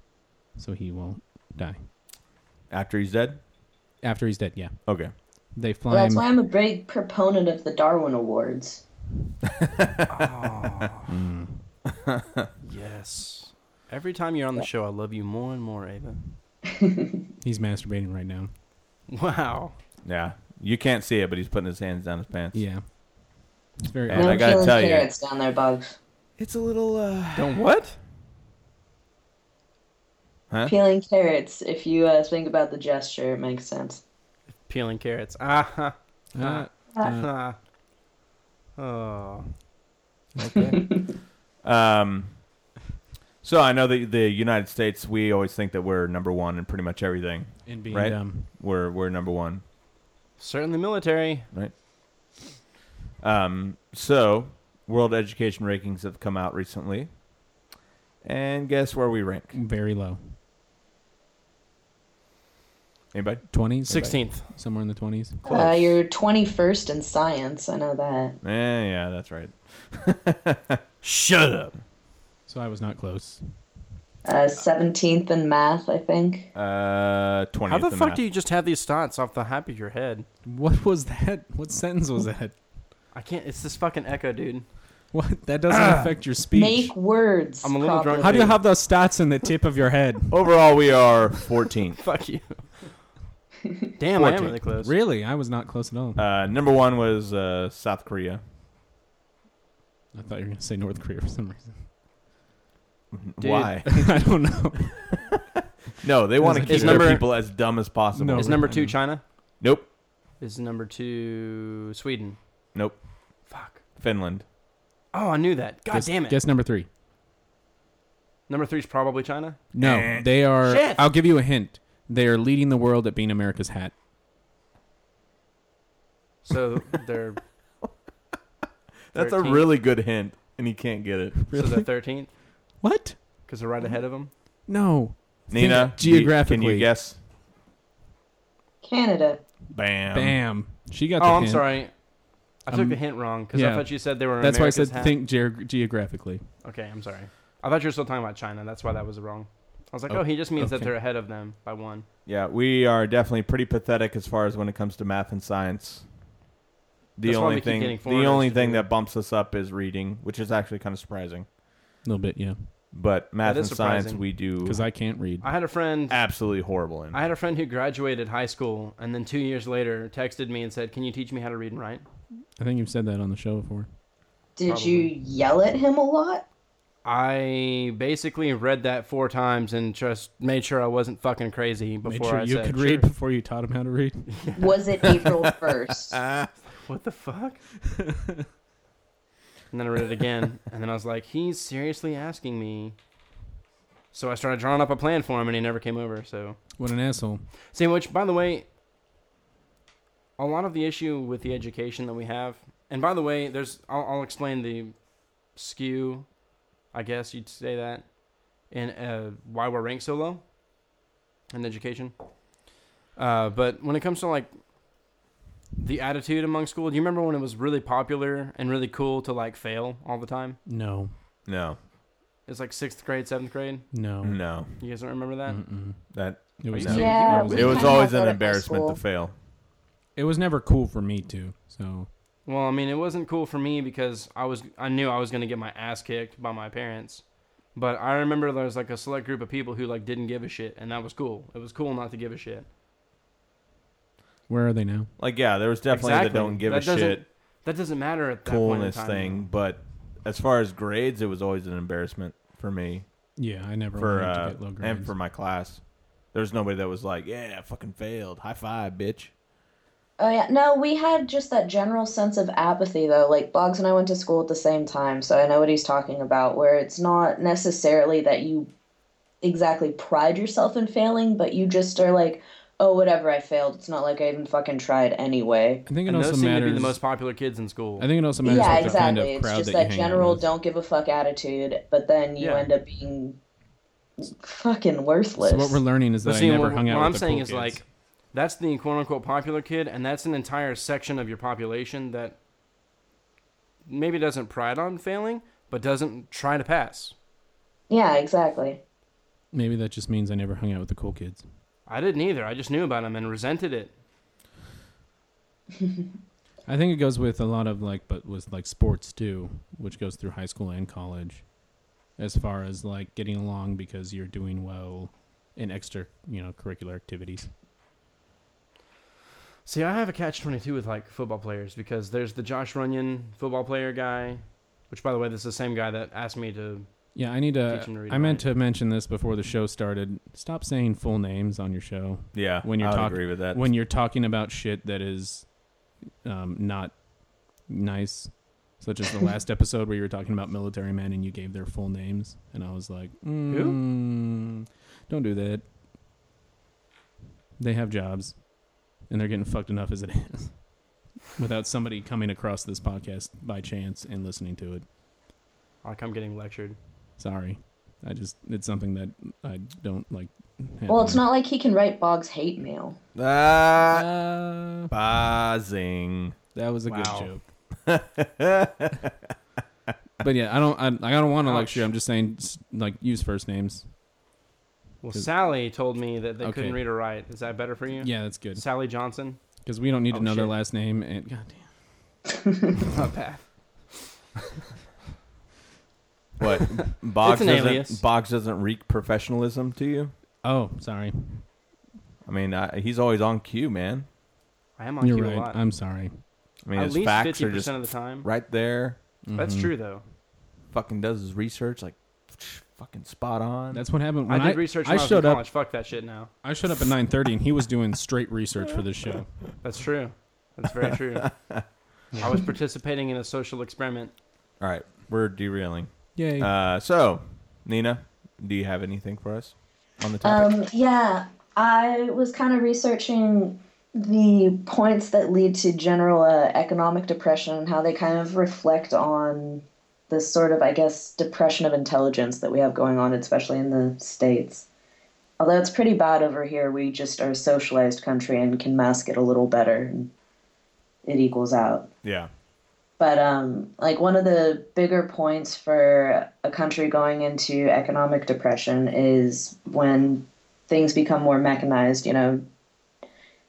Speaker 2: so he won't die
Speaker 1: after he's dead?
Speaker 2: after he's dead. Yeah,
Speaker 1: Okay.
Speaker 2: they fly
Speaker 7: Well, that's
Speaker 2: him.
Speaker 7: why I'm a big proponent of the Darwin Awards.
Speaker 9: Yes. Every time you're on the show, I love you more and more, Ava.
Speaker 2: He's masturbating right now.
Speaker 9: Wow.
Speaker 1: Yeah. You can't see it, but he's putting his hands down his pants.
Speaker 2: Yeah, it's very.
Speaker 1: And
Speaker 7: I'm
Speaker 1: I gotta
Speaker 7: peeling
Speaker 1: tell you-
Speaker 7: carrots down there, bugs.
Speaker 1: It's a little uh
Speaker 9: Don't what?
Speaker 7: Peeling carrots. If you uh, think about the gesture, it makes sense.
Speaker 9: Peeling carrots. Ah, ha,
Speaker 2: Uh,
Speaker 9: ha. Oh.
Speaker 1: um So I know that the United States, we always think that we're number one in pretty much everything.
Speaker 2: In being um,
Speaker 1: right?
Speaker 2: dumb.
Speaker 1: We're we're number one,
Speaker 9: Certainly military.
Speaker 1: right? Um, so world education rankings have come out recently, and guess where we rank?
Speaker 2: Very low.
Speaker 1: Anybody?
Speaker 2: 20?
Speaker 9: 16th.
Speaker 2: Somewhere in the 20s.
Speaker 7: Uh, you're 21st in science. I know that.
Speaker 1: Eh, yeah, that's right.
Speaker 9: Shut up.
Speaker 2: So I was not close.
Speaker 7: Uh, 17th in math, I think.
Speaker 1: Uh, twenty.
Speaker 9: How the fuck do you just have these stats off the half of your head?
Speaker 2: What was that? What sentence was that?
Speaker 9: I can't. It's this fucking echo, dude.
Speaker 2: What? That doesn't
Speaker 9: Ah.
Speaker 2: affect your speech.
Speaker 7: Make words.
Speaker 9: I'm a little
Speaker 7: properly.
Speaker 2: How
Speaker 9: drunk.
Speaker 2: do you have those stats in the tip of your head?
Speaker 1: Overall, we are 14th.
Speaker 9: Fuck you. Damn, I
Speaker 1: 14th.
Speaker 9: am really close.
Speaker 2: Really? I was not close at all.
Speaker 1: Uh, number one was uh, South Korea.
Speaker 2: I thought you were going to say North Korea for some reason.
Speaker 9: Dude.
Speaker 1: Why?
Speaker 2: I don't know.
Speaker 1: No, they want to keep
Speaker 9: Is
Speaker 1: their
Speaker 9: number-
Speaker 1: people as dumb as possible.
Speaker 2: No.
Speaker 9: Is number two China?
Speaker 1: Nope.
Speaker 9: Is number two Sweden?
Speaker 1: Nope.
Speaker 9: Fuck.
Speaker 1: Finland.
Speaker 9: Oh, I knew that. God
Speaker 2: guess,
Speaker 9: damn it.
Speaker 2: Guess number three.
Speaker 9: Number three is probably China.
Speaker 2: No, they are.
Speaker 9: Eh. Shit.
Speaker 2: I'll give you a hint. They are leading the world at being America's hat.
Speaker 9: So they're
Speaker 1: That's a
Speaker 9: 13th.
Speaker 1: really good hint, and he can't get it.
Speaker 9: so they're thirteenth
Speaker 2: What?
Speaker 9: because they're right ahead of them.
Speaker 2: No.
Speaker 1: Nina,
Speaker 2: Think
Speaker 1: do you- can
Speaker 2: geographically.
Speaker 1: you guess?
Speaker 7: Canada.
Speaker 1: Bam.
Speaker 2: Bam. She got the
Speaker 9: Oh, I'm
Speaker 2: hint.
Speaker 9: sorry. I took
Speaker 2: Um,
Speaker 9: the hint wrong because I
Speaker 2: yeah.
Speaker 9: thought you said they were. in
Speaker 2: That's why I
Speaker 9: America's
Speaker 2: said
Speaker 9: hat.
Speaker 2: think ge- geographically.
Speaker 9: Okay, I'm sorry. I thought you were still talking about China. That's why that was wrong. I was like,
Speaker 1: Oh,
Speaker 9: oh, he just means that
Speaker 2: okay.
Speaker 9: they're ahead of them by one.
Speaker 1: Yeah, we are definitely pretty pathetic as far as when it comes to math and science. The
Speaker 9: That's why we
Speaker 1: only
Speaker 9: keep
Speaker 1: thing,
Speaker 9: getting
Speaker 1: the
Speaker 9: foreigners
Speaker 1: only
Speaker 9: to
Speaker 1: thing
Speaker 9: do it.
Speaker 1: that bumps us up is reading, which is actually kind of surprising.
Speaker 2: A little bit, yeah.
Speaker 1: But math
Speaker 9: That
Speaker 1: and
Speaker 9: is
Speaker 1: science,
Speaker 9: surprising.
Speaker 1: we do
Speaker 2: Because I can't read.
Speaker 9: I had a friend.
Speaker 1: absolutely horrible in.
Speaker 9: I had a friend who graduated high school and then two years later texted me and said, "Can you teach me how to read and write?"
Speaker 2: I think you've said that on the show before.
Speaker 7: Did
Speaker 9: Probably.
Speaker 7: you yell at him a lot?
Speaker 9: I basically read that four times and just made sure I wasn't fucking crazy before
Speaker 2: Made sure
Speaker 9: I
Speaker 2: you
Speaker 9: said,
Speaker 2: could
Speaker 9: "Sure."
Speaker 2: read before you taught him how to read.
Speaker 7: Was it April 1st?
Speaker 9: What the fuck? and then I read it again, and then I was like, "He's seriously asking me." So I started drawing up a plan for him, and he never came over. So
Speaker 2: What an asshole.
Speaker 9: See, which, by the way, a lot of the issue with the education that we have, and by the way, there's, I'll, I'll explain the skew, I guess you'd say that, and uh, why we're ranked so low in education. Uh, but when it comes to like the attitude among school, do you remember when it was really popular and really cool to like fail all the time?
Speaker 2: No.
Speaker 1: no,
Speaker 9: It's like sixth grade, seventh grade.
Speaker 2: No.
Speaker 1: no,
Speaker 9: You guys don't remember that?
Speaker 2: Mm-mm.
Speaker 1: that
Speaker 2: It was,
Speaker 1: No.
Speaker 2: never,
Speaker 7: Yeah,
Speaker 2: it, was,
Speaker 7: we
Speaker 1: it was
Speaker 7: kinda
Speaker 1: always
Speaker 7: had that at
Speaker 1: an
Speaker 7: my
Speaker 1: embarrassment to
Speaker 7: school.
Speaker 1: fail.
Speaker 2: it was never cool for me to. So
Speaker 9: Well, I mean, it wasn't cool for me because I was I knew I was gonna get my ass kicked by my parents. But I remember there was like a select group of people who like didn't give a shit, and that was cool. It was cool not to give a shit.
Speaker 2: where are they now?
Speaker 1: Like, yeah, there was definitely the
Speaker 9: Exactly.
Speaker 1: don't give
Speaker 9: That
Speaker 1: a
Speaker 9: doesn't-
Speaker 1: shit
Speaker 9: That doesn't matter at that
Speaker 1: coolness
Speaker 9: point in time.
Speaker 1: thing, but as far as grades, it was always an embarrassment for me
Speaker 2: Yeah, I never
Speaker 1: for
Speaker 2: wanted
Speaker 1: uh,
Speaker 2: to get low grades.
Speaker 1: and for my class. There was nobody that was like, "Yeah, I fucking failed. High five, bitch."
Speaker 7: Oh yeah, no, we had just that general sense of apathy though. Like Boggs and I went to school at the same time, so I know what he's talking about. Where it's not necessarily that you exactly pride yourself in failing, but you just are like, oh whatever, I failed. It's not like I even fucking tried anyway.
Speaker 2: I think it
Speaker 9: And
Speaker 2: also
Speaker 9: those seem to
Speaker 2: matters.
Speaker 9: be the most popular kids in school.
Speaker 2: I think it also matters
Speaker 7: Yeah,
Speaker 2: what the
Speaker 7: exactly.
Speaker 2: kind of
Speaker 7: it's
Speaker 2: crowd that,
Speaker 7: just that
Speaker 2: you hang out
Speaker 7: general
Speaker 2: with.
Speaker 7: don't give a fuck attitude, but then you
Speaker 9: Yeah.
Speaker 7: end up being fucking worthless.
Speaker 2: So what we're learning is that
Speaker 9: But
Speaker 2: I
Speaker 9: see,
Speaker 2: never
Speaker 9: what,
Speaker 2: hung out
Speaker 9: what
Speaker 2: with
Speaker 9: I'm
Speaker 2: the
Speaker 9: saying
Speaker 2: cool
Speaker 9: is
Speaker 2: kids.
Speaker 9: like, that's the quote unquote popular kid, and that's an entire section of your population that maybe doesn't pride on failing, but doesn't try to pass.
Speaker 7: yeah, exactly.
Speaker 2: maybe that just means I never hung out with the cool kids.
Speaker 9: I didn't either. I just knew about him and resented it.
Speaker 2: I think it goes with a lot of like, but with like sports too, which goes through high school and college, as far as like getting along because you're doing well in extra, you know, curricular activities.
Speaker 9: See, I have a catch twenty two with like football players because there's the Josh Runyon football player guy, which by the way, this is the same guy that asked me to.
Speaker 2: Yeah, I need to.
Speaker 9: Teach 'em to read
Speaker 2: I
Speaker 9: and
Speaker 2: meant
Speaker 9: write.
Speaker 2: to mention this before the show started. Stop saying full names on your show
Speaker 1: Yeah,
Speaker 2: when you're
Speaker 1: I would
Speaker 2: talking
Speaker 1: agree with that.
Speaker 2: when you're talking about shit that is um, not nice. Such as the last episode where you were talking about military men and you gave their full names, and I was like, mm, Don't do that. They have jobs, and they're getting fucked enough as it is, without somebody coming across this podcast by chance and listening to it.
Speaker 9: Like I'm getting lectured.
Speaker 2: Sorry, I just it's something that I don't like.
Speaker 7: Well, it's not like he can write Boggs hate mail.
Speaker 1: Ah,
Speaker 2: Uh,
Speaker 1: buzzing.
Speaker 2: that was a
Speaker 9: Wow.
Speaker 2: good joke. But yeah, I don't. I, I don't want to lecture. you. I'm just saying, s- like, use first names.
Speaker 9: Well,
Speaker 2: Cause-
Speaker 9: Sally told me that they
Speaker 2: Okay.
Speaker 9: couldn't read or write. Is that better for you?
Speaker 2: Yeah, that's good.
Speaker 9: Sally Johnson.
Speaker 2: Because we don't need
Speaker 9: Oh,
Speaker 2: to know their
Speaker 9: shit.
Speaker 2: last name. And goddamn,
Speaker 9: Not bad.
Speaker 1: What? Boggs
Speaker 9: an
Speaker 1: doesn't
Speaker 9: alias.
Speaker 1: Boggs doesn't reek professionalism to you.
Speaker 2: oh, sorry,
Speaker 1: I mean, I, he's always on cue, man.
Speaker 9: I am on
Speaker 2: you're
Speaker 9: cue a
Speaker 2: right.
Speaker 9: lot.
Speaker 2: I'm sorry.
Speaker 1: I mean,
Speaker 9: At
Speaker 1: his
Speaker 9: least
Speaker 1: facts
Speaker 9: fifty
Speaker 1: are just
Speaker 9: percent of the time.
Speaker 1: right there.
Speaker 9: That's
Speaker 2: Mhm.
Speaker 9: true though.
Speaker 1: Fucking does his research like fucking spot on.
Speaker 2: That's what happened
Speaker 9: I
Speaker 2: when
Speaker 9: did
Speaker 2: I,
Speaker 9: research
Speaker 2: I,
Speaker 9: when I, was in
Speaker 2: showed up.
Speaker 9: college. Fuck that shit now.
Speaker 2: I showed up at 9:30, and he was doing straight research for this show.
Speaker 9: That's true. That's very true. I was participating in a social experiment.
Speaker 1: All right, we're derailing.
Speaker 2: Yay!
Speaker 1: Uh, so, Nina, do you have anything for us on the topic?
Speaker 7: Um, yeah, I was kind of researching the points that lead to general uh, economic depression and how they kind of reflect on this sort of, I guess, depression of intelligence that we have going on, especially in the States. Although it's pretty bad over here, we just are a socialized country and can mask it a little better. and It equals out.
Speaker 1: yeah.
Speaker 7: But um, like one of the bigger points for a country going into economic depression is when things become more mechanized. You know,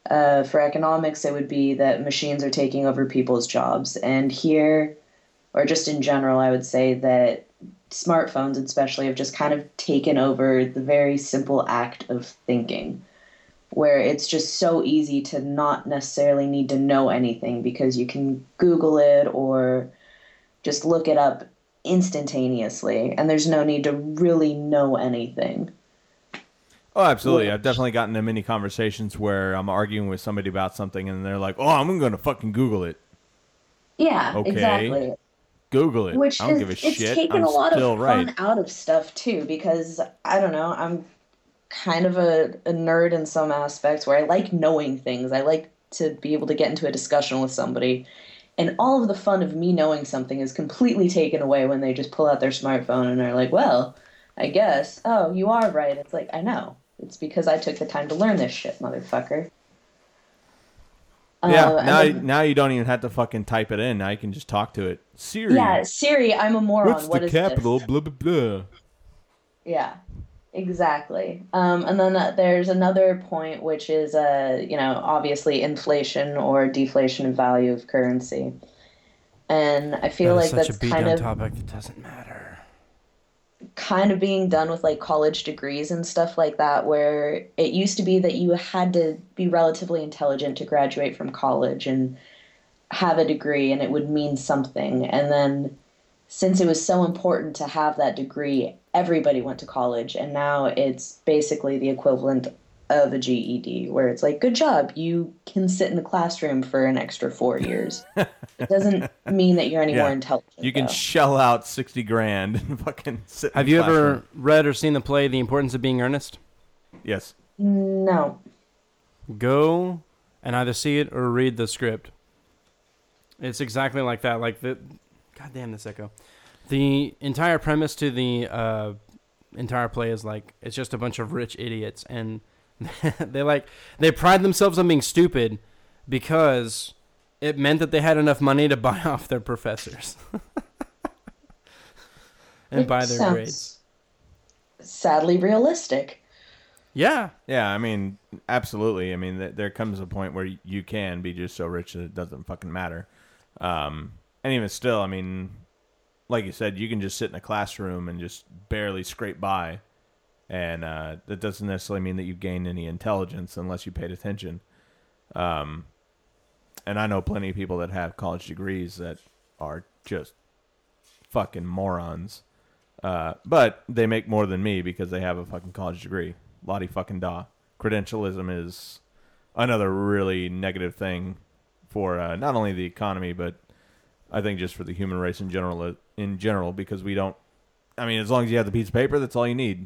Speaker 7: uh, for economics, it would be that machines are taking over people's jobs, and here, or just in general, I would say that smartphones, especially, have just kind of taken over the very simple act of thinking where it's just so easy to not necessarily need to know anything because you can Google it or just look it up instantaneously, and there's no need to really know anything.
Speaker 1: Oh, absolutely. I've definitely gotten in many conversations where I'm arguing with somebody about something and they're like, "Oh, I'm going to fucking Google it.
Speaker 7: Yeah,
Speaker 1: Okay.
Speaker 7: exactly.
Speaker 1: Google it.
Speaker 7: Which
Speaker 1: I don't
Speaker 7: is,
Speaker 1: give a
Speaker 7: it's
Speaker 1: shit.
Speaker 7: taken
Speaker 1: I'm
Speaker 7: a lot
Speaker 1: still
Speaker 7: of
Speaker 1: right."
Speaker 7: fun out of stuff too, because I don't know, I'm kind of a, a nerd in some aspects where I like knowing things. I like to be able to get into a discussion with somebody. And all of the fun of me knowing something is completely taken away when they just pull out their smartphone and are like, well, I guess, oh, you are right. It's like, I know. It's because I took the time to learn this shit, motherfucker.
Speaker 1: Yeah.
Speaker 7: Uh, and
Speaker 1: now,
Speaker 7: then-
Speaker 1: now you don't even have to fucking type it in. Now you can just talk to it. Siri.
Speaker 7: yeah, Siri, I'm a moron.
Speaker 1: What's
Speaker 7: What
Speaker 1: the
Speaker 7: is this?
Speaker 1: capital? Blah blah blah.
Speaker 7: Yeah, exactly. Um, and then uh, there's another point, which is, uh, you know, obviously inflation or deflation of value of currency. And I feel like that's kind of
Speaker 9: topic that doesn't matter.
Speaker 7: kind of being done with like college degrees and stuff like that, where it used to be that you had to be relatively intelligent to graduate from college and have a degree and it would mean something. And then since it was so important to have that degree, everybody went to college and now it's basically the equivalent of a GED where it's like good job you can sit in the classroom for an extra 4 years. it doesn't mean that you're any
Speaker 1: Yeah.
Speaker 7: more intelligent.
Speaker 1: You can
Speaker 7: though.
Speaker 1: shell out sixty grand and fucking sit. in
Speaker 9: Have
Speaker 1: the
Speaker 9: you
Speaker 1: classroom.
Speaker 9: ever read or seen the play The Importance of Being Earnest?
Speaker 1: Yes.
Speaker 7: no.
Speaker 9: Go and either see it or read the script. It's exactly like that. Like the God damn this echo. The entire premise to the uh, entire play is like it's just a bunch of rich idiots and they like they pride themselves on being stupid because it meant that they had enough money to buy off their professors and
Speaker 7: It
Speaker 9: buy their
Speaker 7: sounds
Speaker 9: grades.
Speaker 7: Sadly realistic.
Speaker 9: Yeah.
Speaker 1: Yeah, I mean, absolutely. I mean, th- there comes a point where you can be just so rich that it doesn't fucking matter. Um, and even still, I mean, like you said, you can just sit in a classroom and just barely scrape by, and uh, that doesn't necessarily mean that you gain any intelligence unless you paid attention. Um, and I know plenty of people that have college degrees that are just fucking morons. Uh, but they make more than me because they have a fucking college degree. Lottie fucking da. Credentialism is another really negative thing for uh, not only the economy but I think just for the human race in general, uh, in general, because we don't. I mean, as long as you have the piece of paper, that's all you need.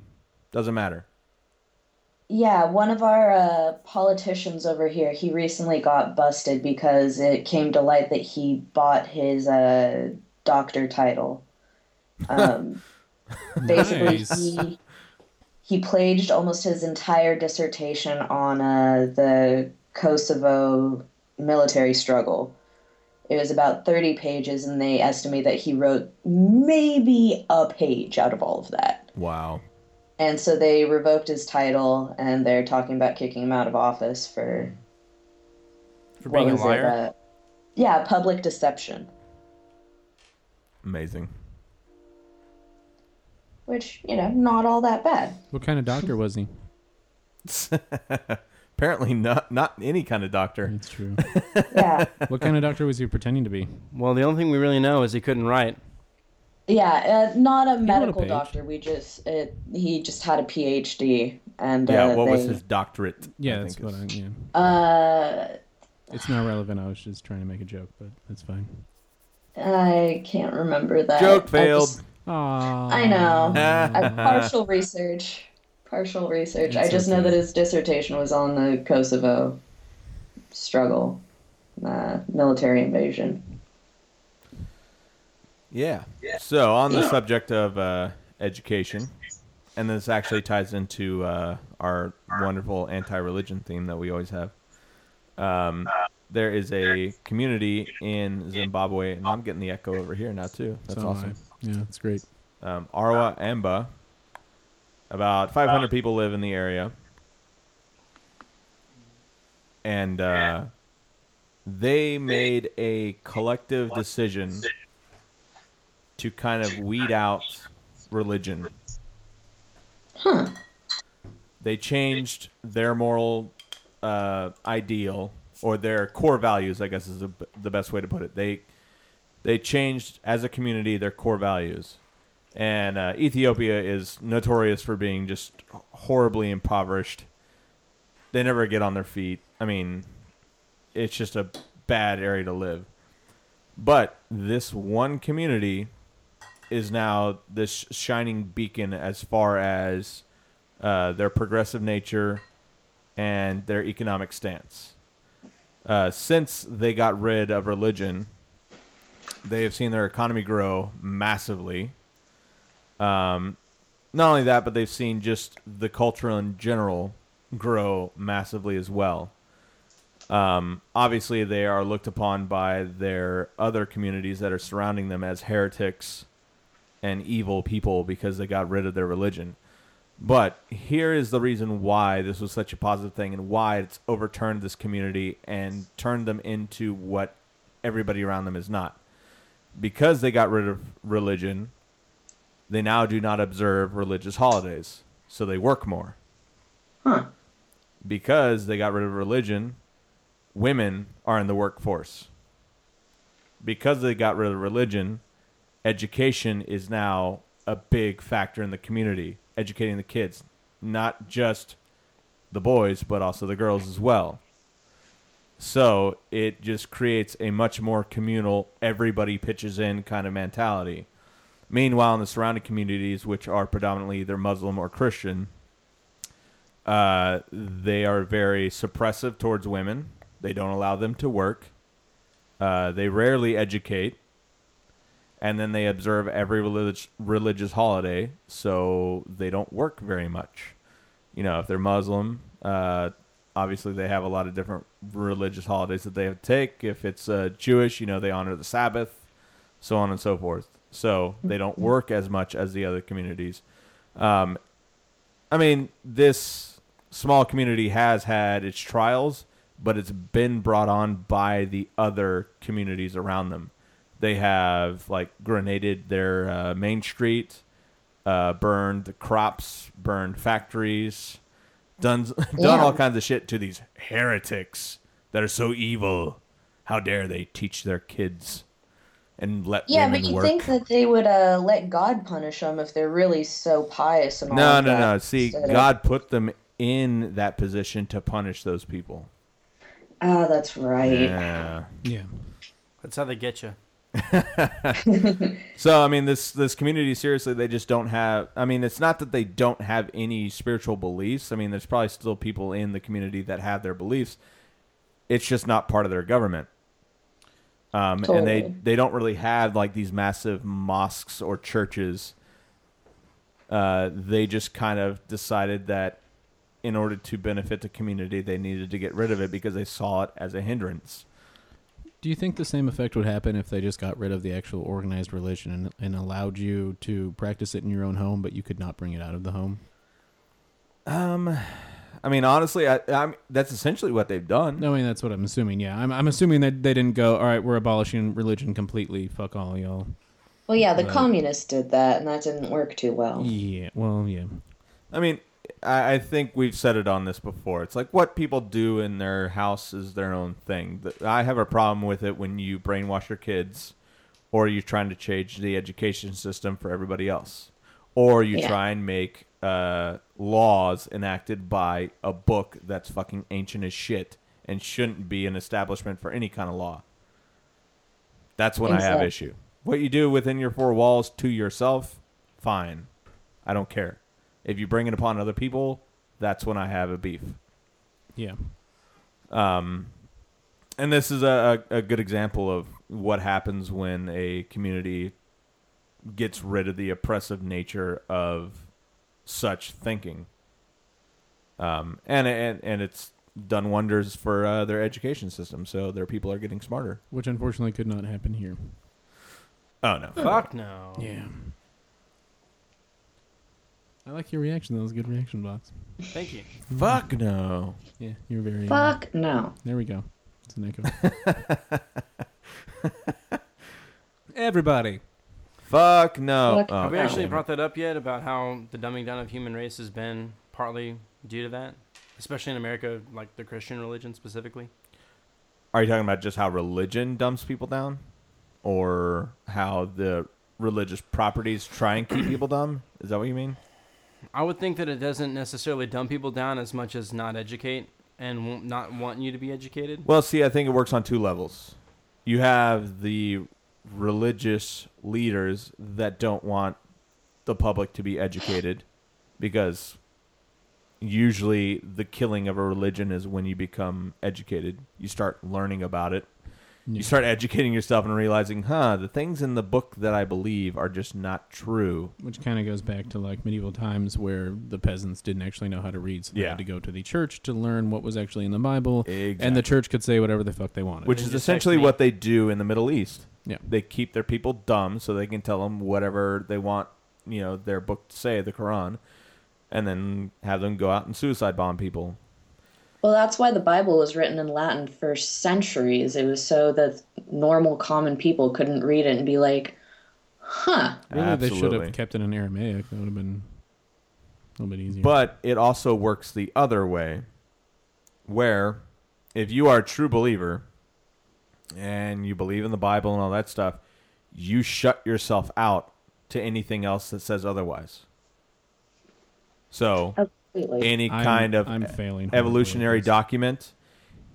Speaker 1: Doesn't matter.
Speaker 7: Yeah, one of our uh, politicians over here, he recently got busted because it came to light that he bought his uh, doctor title. Um, basically,
Speaker 2: Nice.
Speaker 7: he, he pledged almost his entire dissertation on uh, the Kosovo military struggle. It was about 30 pages, and they estimate that he wrote maybe a page out of all of that.
Speaker 1: Wow.
Speaker 7: And so they revoked his title, and they're talking about kicking him out of office for
Speaker 9: For
Speaker 7: what
Speaker 9: being a
Speaker 7: was it,
Speaker 9: liar.
Speaker 7: uh, yeah, public deception.
Speaker 1: Amazing.
Speaker 7: Which you know, not all that bad.
Speaker 2: What kind of doctor was he?
Speaker 1: Apparently, not not any kind of doctor.
Speaker 2: It's true.
Speaker 7: Yeah,
Speaker 2: what kind of doctor was he pretending to be?
Speaker 9: Well, the only thing we really know is he couldn't write.
Speaker 7: yeah, uh, not a medical
Speaker 2: page.
Speaker 7: doctor. We just it, he just had a PhD, and
Speaker 1: Yeah.
Speaker 7: uh,
Speaker 1: what was
Speaker 7: they-
Speaker 1: his doctorate?
Speaker 2: Yeah,
Speaker 1: I
Speaker 2: that's
Speaker 1: think
Speaker 2: what I,
Speaker 1: is-
Speaker 2: yeah.
Speaker 7: Uh,
Speaker 2: It's not relevant. I was just trying to make a joke, but that's fine.
Speaker 7: I can't remember that.
Speaker 1: Joke
Speaker 7: I
Speaker 1: failed.
Speaker 7: just-
Speaker 2: Aww.
Speaker 7: I know. I, partial research. Partial research. I
Speaker 2: It's
Speaker 7: just know
Speaker 2: okay.
Speaker 7: that his dissertation was on the Kosovo struggle, uh, military invasion.
Speaker 1: Yeah. So on the subject of uh, education, and this actually ties into uh, our wonderful anti-religion theme that we always have. Um, there is a community in Zimbabwe, and I'm getting the echo over here now too. That's
Speaker 2: So am I.
Speaker 1: awesome.
Speaker 2: Yeah, that's great.
Speaker 1: Um, Arwa Amba. About 500 people live in the area, and uh, they made a collective decision to kind of weed out religion. They changed their moral uh, ideal or their core values, I guess is the, the best way to put it. They they changed as a community their core values, and uh, Ethiopia is notorious for being just horribly impoverished. They never get on their feet. I mean, it's just a bad area to live. But this one community is now this shining beacon as far as uh, their progressive nature and their economic stance. Uh, since they got rid of religion, they have seen their economy grow massively. Um, not only that, but they've seen just the culture in general grow massively as well. Um, obviously, they are looked upon by their other communities that are surrounding them as heretics and evil people because they got rid of their religion. But here is the reason why this was such a positive thing and why it's overturned this community and turned them into what everybody around them is not. Because they got rid of religion, they now do not observe religious holidays, so they work more. Because they got rid of religion, women are in the workforce. Because they got rid of religion, education is now a big factor in the community, educating the kids, not just the boys, but also the girls as well. So it just creates a much more communal, everybody pitches in kind of mentality. Meanwhile, in the surrounding communities, which are predominantly either Muslim or Christian, uh, they are very suppressive towards women. They don't allow them to work. Uh, they rarely educate and then they observe every relig- religious holiday, so they don't work very much. You know, if they're Muslim, uh, obviously they have a lot of different religious holidays that they have to take. If it's uh, Jewish, you know, they honor the Sabbath, so on and so forth. So they don't work as much as the other communities. Um, I mean, this small community has had its trials, but it's been brought on by the other communities around them. They have like grenaded their uh, main street, uh, burned the crops, burned factories, done done all kinds of shit to these heretics that are so evil. How dare they teach their kids and let
Speaker 7: Yeah,
Speaker 1: women
Speaker 7: but you
Speaker 1: work?
Speaker 7: think that they would uh, let God punish them if they're really so pious and all
Speaker 1: No,
Speaker 7: of
Speaker 1: no,
Speaker 7: that
Speaker 1: no. See,
Speaker 7: instead of-
Speaker 1: God put them in that position to punish those people.
Speaker 7: Ah, that's right.
Speaker 1: Yeah.
Speaker 2: Yeah.
Speaker 9: That's how they get you.
Speaker 1: So I mean, this this community seriously, they just don't have. I mean, it's not that they don't have any spiritual beliefs. I mean, there's probably still people in the community that have their beliefs. It's just not part of their government, um, and they
Speaker 7: Totally.
Speaker 1: they don't really have like these massive mosques or churches. Uh, they just kind of decided that in order to benefit the community, they needed to get rid of it because they saw it as a hindrance.
Speaker 2: Do you think the same effect would happen if they just got rid of the actual organized religion and, and allowed you to practice it in your own home, but you could not bring it out of the home?
Speaker 1: I mean, honestly, I, I'm, that's essentially what they've done.
Speaker 2: No, I mean that's what I'm assuming. Yeah, I'm, I'm assuming that they didn't go. All right, we're abolishing religion completely. Fuck all y'all.
Speaker 7: Well, yeah, the
Speaker 2: Right.
Speaker 7: communists did that, and that didn't work too well.
Speaker 2: Yeah. Well, yeah.
Speaker 1: I mean, I, I think we've said it on this before. It's like what people do in their house is their own thing. The- I have a problem with it when you brainwash your kids, or you're trying to change the education system for everybody else, or you
Speaker 7: Yeah.
Speaker 1: try and make uh, laws enacted by a book that's fucking ancient as shit and shouldn't be an establishment for any kind of law. That's when I have
Speaker 7: Exactly.
Speaker 1: issue. What you do within your four walls to yourself, fine. I don't care. If you bring it upon other people, that's when I have a beef.
Speaker 2: Yeah.
Speaker 1: And this is a, a, a good example of what happens when a community gets rid of the oppressive nature of such thinking. Um, and, and and it's done wonders for uh, their education system. So their people are getting smarter.
Speaker 2: Which unfortunately could not happen here.
Speaker 1: Oh no!
Speaker 9: Fuck no.
Speaker 2: Yeah. I like your reaction. That was a good reaction, box.
Speaker 9: Thank you.
Speaker 1: Fuck no!
Speaker 2: Yeah, you're very. uh,
Speaker 7: Fuck no.
Speaker 2: there we go. It's an echo. Everybody.
Speaker 1: Fuck no!
Speaker 7: Fuck
Speaker 1: Oh,
Speaker 7: no.
Speaker 9: Have we
Speaker 1: okay.
Speaker 9: actually brought that up yet about how the dumbing down of human race has been partly due to that? Especially in America, like the Christian religion specifically?
Speaker 1: Are you talking about just how religion dumps people down, or how the religious properties try and keep people dumb? Is that what you mean?
Speaker 9: I would think that it doesn't necessarily dumb people down as much as not educate and won't not want you to be educated.
Speaker 1: Well, see, I think it works on two levels. You have the religious leaders that don't want the public to be educated because usually the killing of a religion is when you become educated. You start learning about it. You start educating yourself and realizing, huh, the things in the book that I believe are just not true.
Speaker 2: Which kind of goes back to like medieval times where the peasants didn't actually know how to read, so they
Speaker 1: Yeah.
Speaker 2: had to go to the church to learn what was actually in the Bible, and
Speaker 1: Exactly.
Speaker 2: the church could say whatever the fuck they wanted.
Speaker 1: Which
Speaker 9: It
Speaker 1: is
Speaker 9: just
Speaker 1: essentially
Speaker 9: takes me-
Speaker 1: what they do in the Middle East.
Speaker 2: yeah,
Speaker 1: they keep their people dumb so they can tell them whatever they want, you know, their book to say, the Quran, and then have them go out and suicide bomb people.
Speaker 7: Well, that's why the Bible was written in Latin for centuries. It was so that normal, common people couldn't read it and be like, huh.
Speaker 2: really, they should
Speaker 1: Absolutely.
Speaker 2: have kept it in Aramaic. That would have been a little bit easier.
Speaker 1: But it also works the other way, where if you are a true believer and you believe in the Bible and all that stuff, you shut yourself out to anything else that says otherwise. So
Speaker 7: Absolutely.
Speaker 1: any
Speaker 2: I'm-
Speaker 1: kind of
Speaker 2: I'm failing horribly at
Speaker 1: evolutionary
Speaker 2: this.
Speaker 1: document,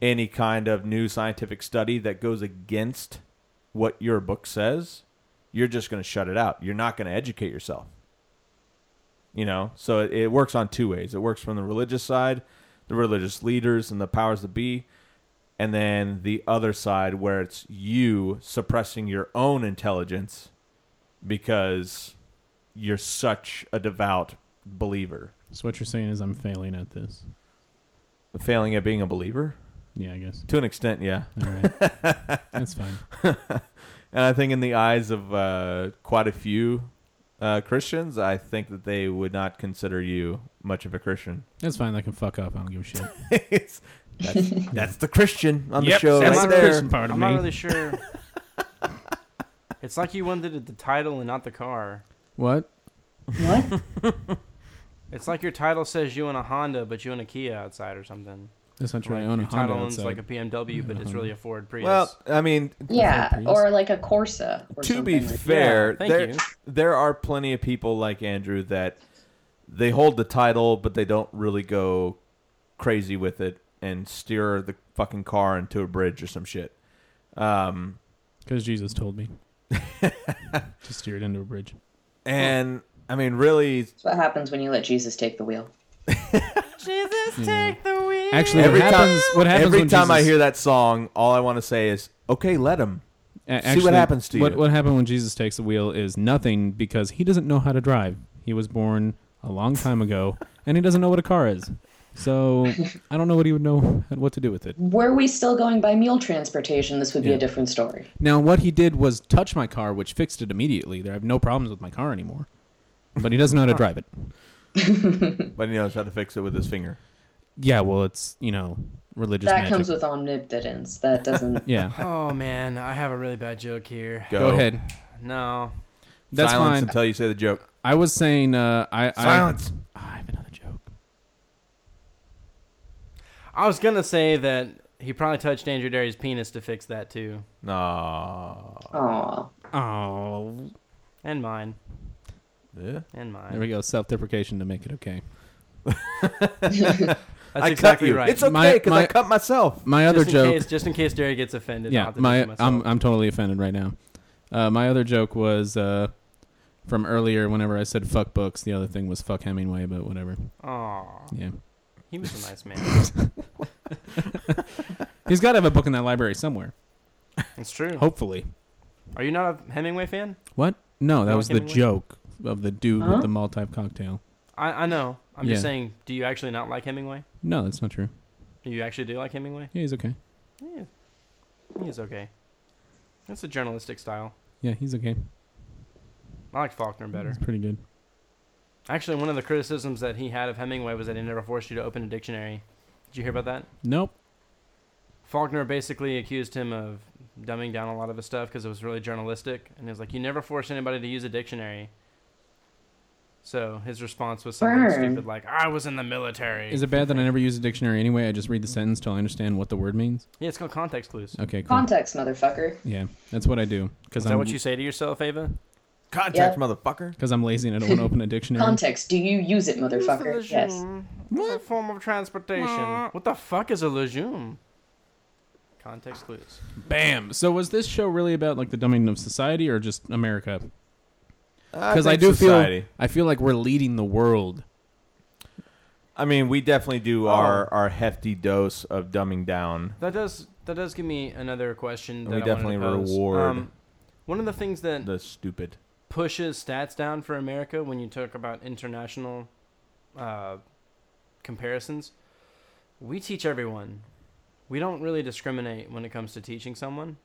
Speaker 1: any kind of new scientific study that goes against what your book says, you're just going to shut it out. You're not going to educate yourself. You know, so it, it works on two ways. It works from the religious side, the religious leaders and the powers that be, and then the other side where it's you suppressing your own intelligence because you're such a devout believer.
Speaker 2: so what you're saying is I'm failing at this.
Speaker 1: Failing at being a believer?
Speaker 2: Yeah, I guess.
Speaker 1: To an extent, yeah.
Speaker 2: All right, that's fine.
Speaker 1: And I think in the eyes of uh, quite a few uh, Christians, I think that they would not consider you much of a Christian.
Speaker 2: That's fine. I can fuck up. I don't give a shit.
Speaker 1: It's- that's, that's the Christian on the show
Speaker 9: I'm
Speaker 1: right
Speaker 9: not
Speaker 1: there.
Speaker 9: really-
Speaker 2: part of
Speaker 9: I'm
Speaker 2: me.
Speaker 9: not really sure. it's like you wanted it the title and not the car.
Speaker 2: What?
Speaker 7: what?
Speaker 9: It's like your title says you own a Honda, but you own a Kia outside or something.
Speaker 2: That's not true.
Speaker 9: Like
Speaker 2: I own a
Speaker 9: your
Speaker 2: Honda.
Speaker 9: title owns
Speaker 2: outside. Uh-huh.
Speaker 9: like a BMW, but
Speaker 2: own a
Speaker 9: it's
Speaker 2: Honda.
Speaker 9: really a Ford Prius.
Speaker 1: Well, I mean,
Speaker 7: Yeah,
Speaker 2: Prius.
Speaker 7: or like a Corsa. Or
Speaker 1: to be
Speaker 7: something like-
Speaker 1: fair,
Speaker 9: Yeah, thank
Speaker 1: there,
Speaker 9: you.
Speaker 1: there are plenty of people like Andrew that they hold the title, but they don't really go crazy with it and steer the fucking car into a bridge or some shit. Um,
Speaker 2: Because Jesus told me. Just steer it into a bridge.
Speaker 1: And I mean, really,
Speaker 7: That's what happens when you let Jesus take the wheel.
Speaker 2: Actually,
Speaker 1: every
Speaker 2: what
Speaker 1: time,
Speaker 2: happens? what happens
Speaker 1: every
Speaker 2: when
Speaker 1: time I
Speaker 2: Jesus-
Speaker 1: hear that song, all I want to say is, "Okay, let him."
Speaker 2: A-
Speaker 1: See what
Speaker 2: actually,
Speaker 1: happens to
Speaker 2: what,
Speaker 1: you.
Speaker 2: What happened when Jesus takes the wheel is nothing because he doesn't know how to drive. He was born a long time ago, and he doesn't know what a car is. So I don't know what he would know what to do with it.
Speaker 7: Were we still going by mule transportation, this would be
Speaker 2: Yeah.
Speaker 7: a different story.
Speaker 2: Now, what he did was touch my car, which fixed it immediately. There, I have no problems with my car anymore. But he doesn't know how to drive it.
Speaker 1: But he knows how to fix it with his finger.
Speaker 2: Yeah, well, it's you know religious
Speaker 7: that
Speaker 2: magic.
Speaker 7: comes with omnipotence. That doesn't.
Speaker 2: yeah,
Speaker 3: Oh man, I have a really bad joke here.
Speaker 1: Go,
Speaker 2: go ahead.
Speaker 3: No.
Speaker 2: That's
Speaker 1: Silence
Speaker 2: fine.
Speaker 1: until you say the joke.
Speaker 2: I was saying, uh, I I-
Speaker 1: Silence.
Speaker 2: I have another joke.
Speaker 9: I was gonna say that he probably touched Andrew Derry's penis to fix that too,
Speaker 1: No.
Speaker 7: Aw.
Speaker 2: Hmm. Oh,
Speaker 9: and mine,
Speaker 1: Yeah.
Speaker 9: and mine.
Speaker 2: there we go. Self-deprecation to make it okay.
Speaker 9: That's
Speaker 1: I cut
Speaker 9: exactly
Speaker 1: you.
Speaker 9: right.
Speaker 1: It's okay
Speaker 2: My-
Speaker 1: because I
Speaker 2: my-
Speaker 1: cut myself.
Speaker 2: My
Speaker 9: just
Speaker 2: other
Speaker 9: in
Speaker 2: joke.
Speaker 9: Case, just in case Derry gets offended. I'll
Speaker 2: yeah,
Speaker 9: have to
Speaker 2: my um,
Speaker 9: fix myself.
Speaker 2: I'm I'm totally offended right now. Uh, my other joke was uh, from earlier. Whenever I said "fuck books," the other thing was "fuck Hemingway," but whatever.
Speaker 9: Aw,
Speaker 2: Yeah,
Speaker 9: he was a nice man.
Speaker 2: he's got to have a book in that library somewhere.
Speaker 9: it's true.
Speaker 2: Hopefully.
Speaker 9: Are you not a Hemingway fan?
Speaker 2: What? No, that
Speaker 9: Fuck
Speaker 2: was the
Speaker 9: Hemingway?
Speaker 2: joke of the dude
Speaker 7: Huh?
Speaker 2: with the Maldive cocktail.
Speaker 9: I, I know. I'm
Speaker 2: Yeah.
Speaker 9: just saying. Do you actually not like Hemingway?
Speaker 2: No, that's not true.
Speaker 9: You actually do like Hemingway?
Speaker 2: Yeah, he's okay.
Speaker 9: Yeah, he's okay. That's a journalistic style.
Speaker 2: Yeah, he's okay.
Speaker 9: I like Faulkner better.
Speaker 2: He's pretty good.
Speaker 9: Actually, one of the criticisms that he had of Hemingway was that he never forced you to open a dictionary. Did you hear about that?
Speaker 2: Nope.
Speaker 9: Faulkner basically accused him of dumbing down a lot of his stuff because it was really journalistic, and he was like, "You never force anybody to use a dictionary." So his response was something
Speaker 7: Burn.
Speaker 9: stupid like, "I was in the military."
Speaker 2: Is it bad that I never use a dictionary anyway? I just read the sentence till I understand what the word means.
Speaker 9: yeah, it's called context clues.
Speaker 2: Okay, cool.
Speaker 7: Context, motherfucker.
Speaker 2: Yeah, that's what I do
Speaker 9: Is
Speaker 2: because
Speaker 1: Um,
Speaker 9: that
Speaker 2: I'm
Speaker 9: what you say to yourself, Ava?
Speaker 1: Contact, motherfucker.
Speaker 2: because I'm lazy and I don't want to open a dictionary.
Speaker 7: Context. Do you use it, motherfucker? Yes.
Speaker 9: It's a form of transportation. What the fuck is a legume? Context clues.
Speaker 2: Bam. So was this show really about like the dumbing of society or just America? Because
Speaker 1: think
Speaker 2: I, do
Speaker 1: society.
Speaker 2: feel I feel like we're leading the world.
Speaker 1: I mean, we definitely do our our hefty dose of dumbing down.
Speaker 9: That does that does give me another question. That
Speaker 1: we
Speaker 9: I wanted to
Speaker 1: definitely
Speaker 9: pose. Um,
Speaker 1: reward-
Speaker 9: one of the things that
Speaker 1: The stupid.
Speaker 9: pushes stats down for America when you talk about international uh, comparisons. We teach everyone. We don't really discriminate when it comes to teaching someone,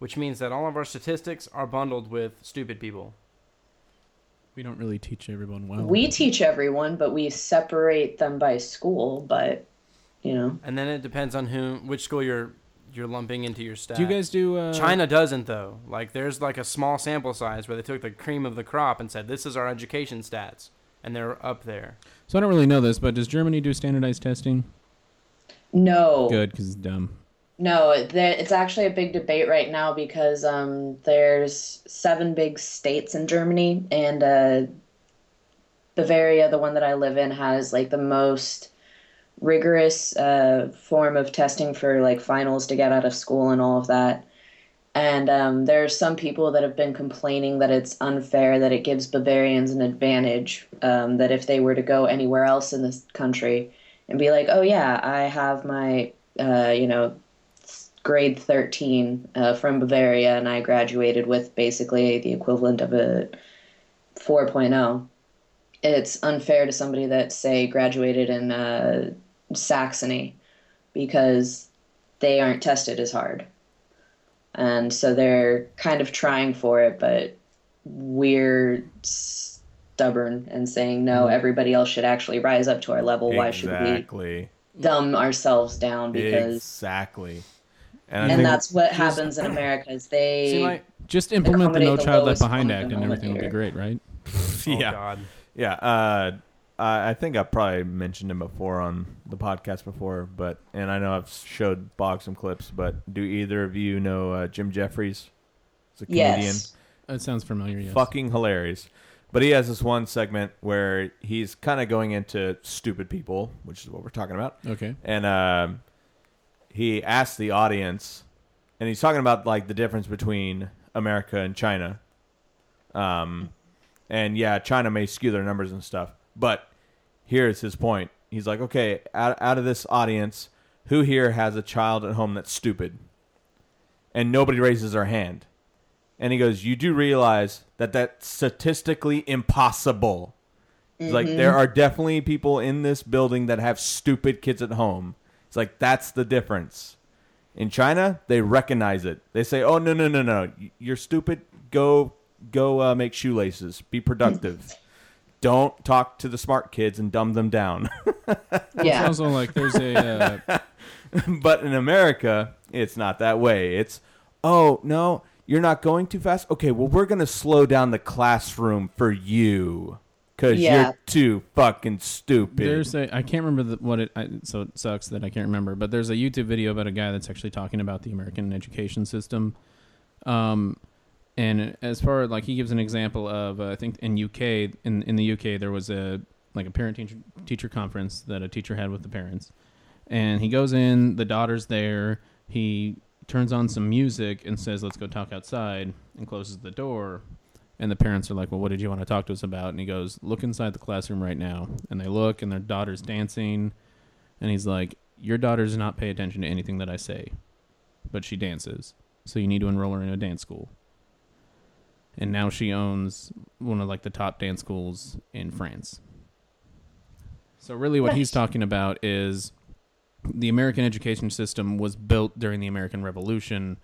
Speaker 9: which means that all of our statistics are bundled with stupid people.
Speaker 2: We don't really teach everyone well.
Speaker 7: We teach everyone, but we separate them by school. But you know,
Speaker 9: And then it depends on whom, which school you're you're lumping into your stat.
Speaker 2: do you guys do uh,
Speaker 9: China doesn't though. Like there's like a small sample size where they took the cream of the crop and said this is our education stats, and they're up there.
Speaker 2: So I don't really know this, but does Germany do standardized testing?
Speaker 7: no.
Speaker 2: Good, because it's dumb.
Speaker 7: No, there, it's actually a big debate right now because um, there's seven big states in Germany, and uh, Bavaria, the one that I live in, has like the most rigorous uh, form of testing for like finals to get out of school and all of that. And um, there are some people that have been complaining that it's unfair that it gives Bavarians an advantage. Um, that if they were to go anywhere else in this country and be like, "Oh yeah, I have my," uh, you know, grade 13 uh, from Bavaria, and I graduated with basically the equivalent of a 4.0. It's unfair to somebody that, say, graduated in uh, Saxony because they aren't tested as hard. And so they're kind of trying for it, but we're stubborn and saying, no, everybody else should actually rise up to our level. Why should
Speaker 1: Exactly.
Speaker 7: we dumb ourselves down? Because
Speaker 1: Exactly. And, I
Speaker 7: and
Speaker 1: think
Speaker 7: that's what happens in America is they
Speaker 9: See, like,
Speaker 2: Just implement the
Speaker 7: Accommodate
Speaker 2: No
Speaker 7: the
Speaker 2: Child Left
Speaker 7: lowest
Speaker 2: Behind
Speaker 7: common
Speaker 2: Act, and everything will be
Speaker 7: denominator.
Speaker 2: great, right?
Speaker 9: oh
Speaker 1: yeah,
Speaker 9: god.
Speaker 1: yeah. Uh, I I think I probably mentioned him before on the podcast before, but and I know I've showed Bog some clips, but do either of you know uh, Jim Jeffries? He's a comedian.
Speaker 7: yes
Speaker 2: That sounds familiar. Yes.
Speaker 1: fucking hilarious. But he has this one segment where he's kind of going into stupid people, which is what we're talking about.
Speaker 2: Okay.
Speaker 1: And um, he asks the audience, and he's talking about like the difference between America and China. Um, and yeah, China may skew their numbers and stuff, but here's his point. He's like, okay, out, out of this audience, who here has a child at home that's stupid? And nobody raises their hand. And he goes, you do realize that that's statistically impossible. It's Like there are definitely people in this building that have stupid kids at home. It's like that's the difference. In China, they recognize it. They say, "Oh no no no no, you're stupid. Go go uh, make shoelaces. Be productive. Don't talk to the smart kids and dumb them down."
Speaker 7: Yeah.
Speaker 2: Also, like there's a uh,
Speaker 1: but in America, it's not that way. It's, oh, no, you're not going too fast? Okay, well, we're going to slow down the classroom for you because
Speaker 7: Yeah.
Speaker 1: you're too fucking stupid.
Speaker 2: there's a I can't remember the, what it I, so it sucks that I can't remember. But there's a YouTube video about a guy that's actually talking about the American education system. Um, and as far like he gives an example of uh, I think in UK in in the UK there was a like a parent teacher teacher conference that a teacher had with the parents, and he goes in the daughter's there he turns on some music and says let's go talk outside and closes the door and the parents are like well what did you want to talk to us about and he goes look inside the classroom right now and they look and their daughter's dancing and he's like your daughter does not pay attention to anything that i say but she dances so you need to enroll her in a dance school and now she owns one of like the top dance schools in france so really what he's talking about is the American education system was built during the American Revolution,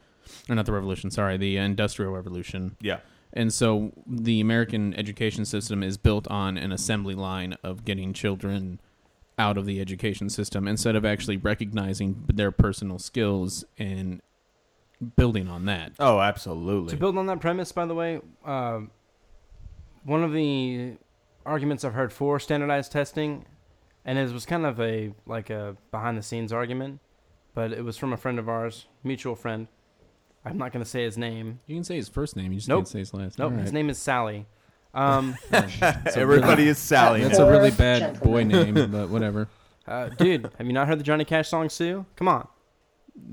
Speaker 2: or not the Revolution, sorry, the Industrial Revolution.
Speaker 1: yeah.
Speaker 2: And so the American education system is built on an assembly line of getting children out of the education system instead of actually recognizing their personal skills and building on that.
Speaker 1: Oh, absolutely.
Speaker 9: To build on that premise, by the way, um, one of the arguments I've heard for standardized testing, and it was kind of a like a behind the scenes argument, but it was from a friend of ours, mutual friend. I'm not going to say his name.
Speaker 2: You can say his first name, you just
Speaker 9: Nope.
Speaker 2: can't say his last.
Speaker 9: Nope,
Speaker 2: All right.
Speaker 9: his name is Sally. Um,
Speaker 1: Everybody is Sally.
Speaker 2: That's
Speaker 1: now.
Speaker 2: a
Speaker 7: Or
Speaker 2: really bad
Speaker 7: gentleman.
Speaker 2: boy name, but whatever.
Speaker 9: uh, dude, have you not heard the Johnny Cash song Sue? Come on,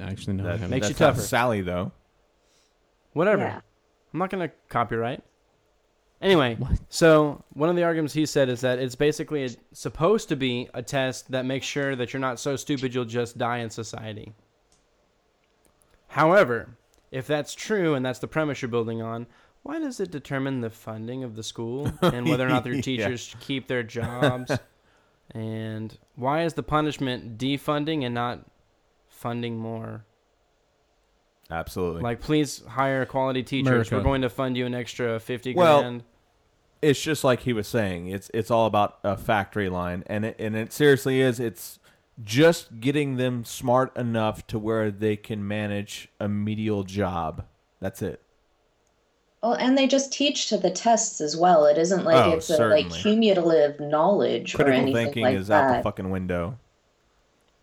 Speaker 2: Actually, no. I
Speaker 1: That-
Speaker 2: haven't.
Speaker 9: makes you
Speaker 1: that's not
Speaker 9: tougher.
Speaker 1: Sally, though.
Speaker 9: whatever.
Speaker 7: Yeah.
Speaker 9: I'm not gonna copyright. Anyway, so one of the arguments he said is that it's basically a, supposed to be a test that makes sure that you're not so stupid you'll just die in society. However, if that's true and that's the premise you're building on, why does it determine the funding of the school and whether or not
Speaker 1: Yeah.
Speaker 9: their teachers keep their jobs? and why is the punishment defunding and not funding more?
Speaker 1: Absolutely.
Speaker 9: Like, please hire quality teachers.
Speaker 2: America.
Speaker 9: We're going to fund you an extra fifty
Speaker 1: Well,
Speaker 9: grand.
Speaker 1: it's just like he was saying. It's it's all about a factory line, and it, and it seriously is. It's just getting them smart enough to where they can manage a medial job. That's it.
Speaker 7: Well, and they just teach to the tests as well. It isn't like
Speaker 1: Oh,
Speaker 7: it's a like
Speaker 1: certainly.
Speaker 7: cumulative knowledge or
Speaker 1: Critical
Speaker 7: anything
Speaker 1: thinking
Speaker 7: like
Speaker 1: is out
Speaker 7: that.
Speaker 1: the fucking window.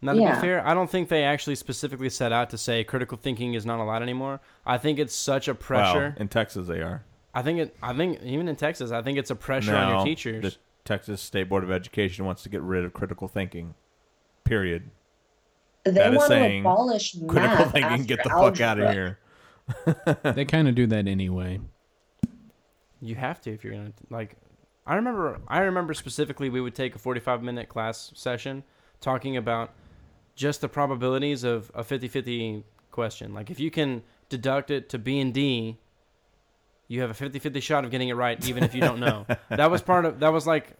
Speaker 9: Now, to
Speaker 7: Yeah.
Speaker 9: be fair, I don't think they actually specifically set out to say critical thinking is not allowed anymore. I think it's such a pressure.
Speaker 1: Well, in Texas they are.
Speaker 9: I think it. I think even in Texas, I think it's a pressure on
Speaker 1: Now,
Speaker 9: your teachers.
Speaker 1: The Texas State Board of Education wants to get rid of critical thinking. Period.
Speaker 7: they
Speaker 1: That is
Speaker 7: want to
Speaker 1: saying
Speaker 7: abolish math
Speaker 1: Critical thinking,
Speaker 7: after
Speaker 1: get the fuck
Speaker 7: algebra.
Speaker 1: out of here.
Speaker 2: They kind of do that anyway.
Speaker 9: you have to if you're gonna like. I remember. I remember specifically we would take a 45 minute class session talking about just the probabilities of a 50-50 question. Like if you can deduct it to B and D, you have a 50-50 shot of getting it right, even if you don't know. that was part of. That was like.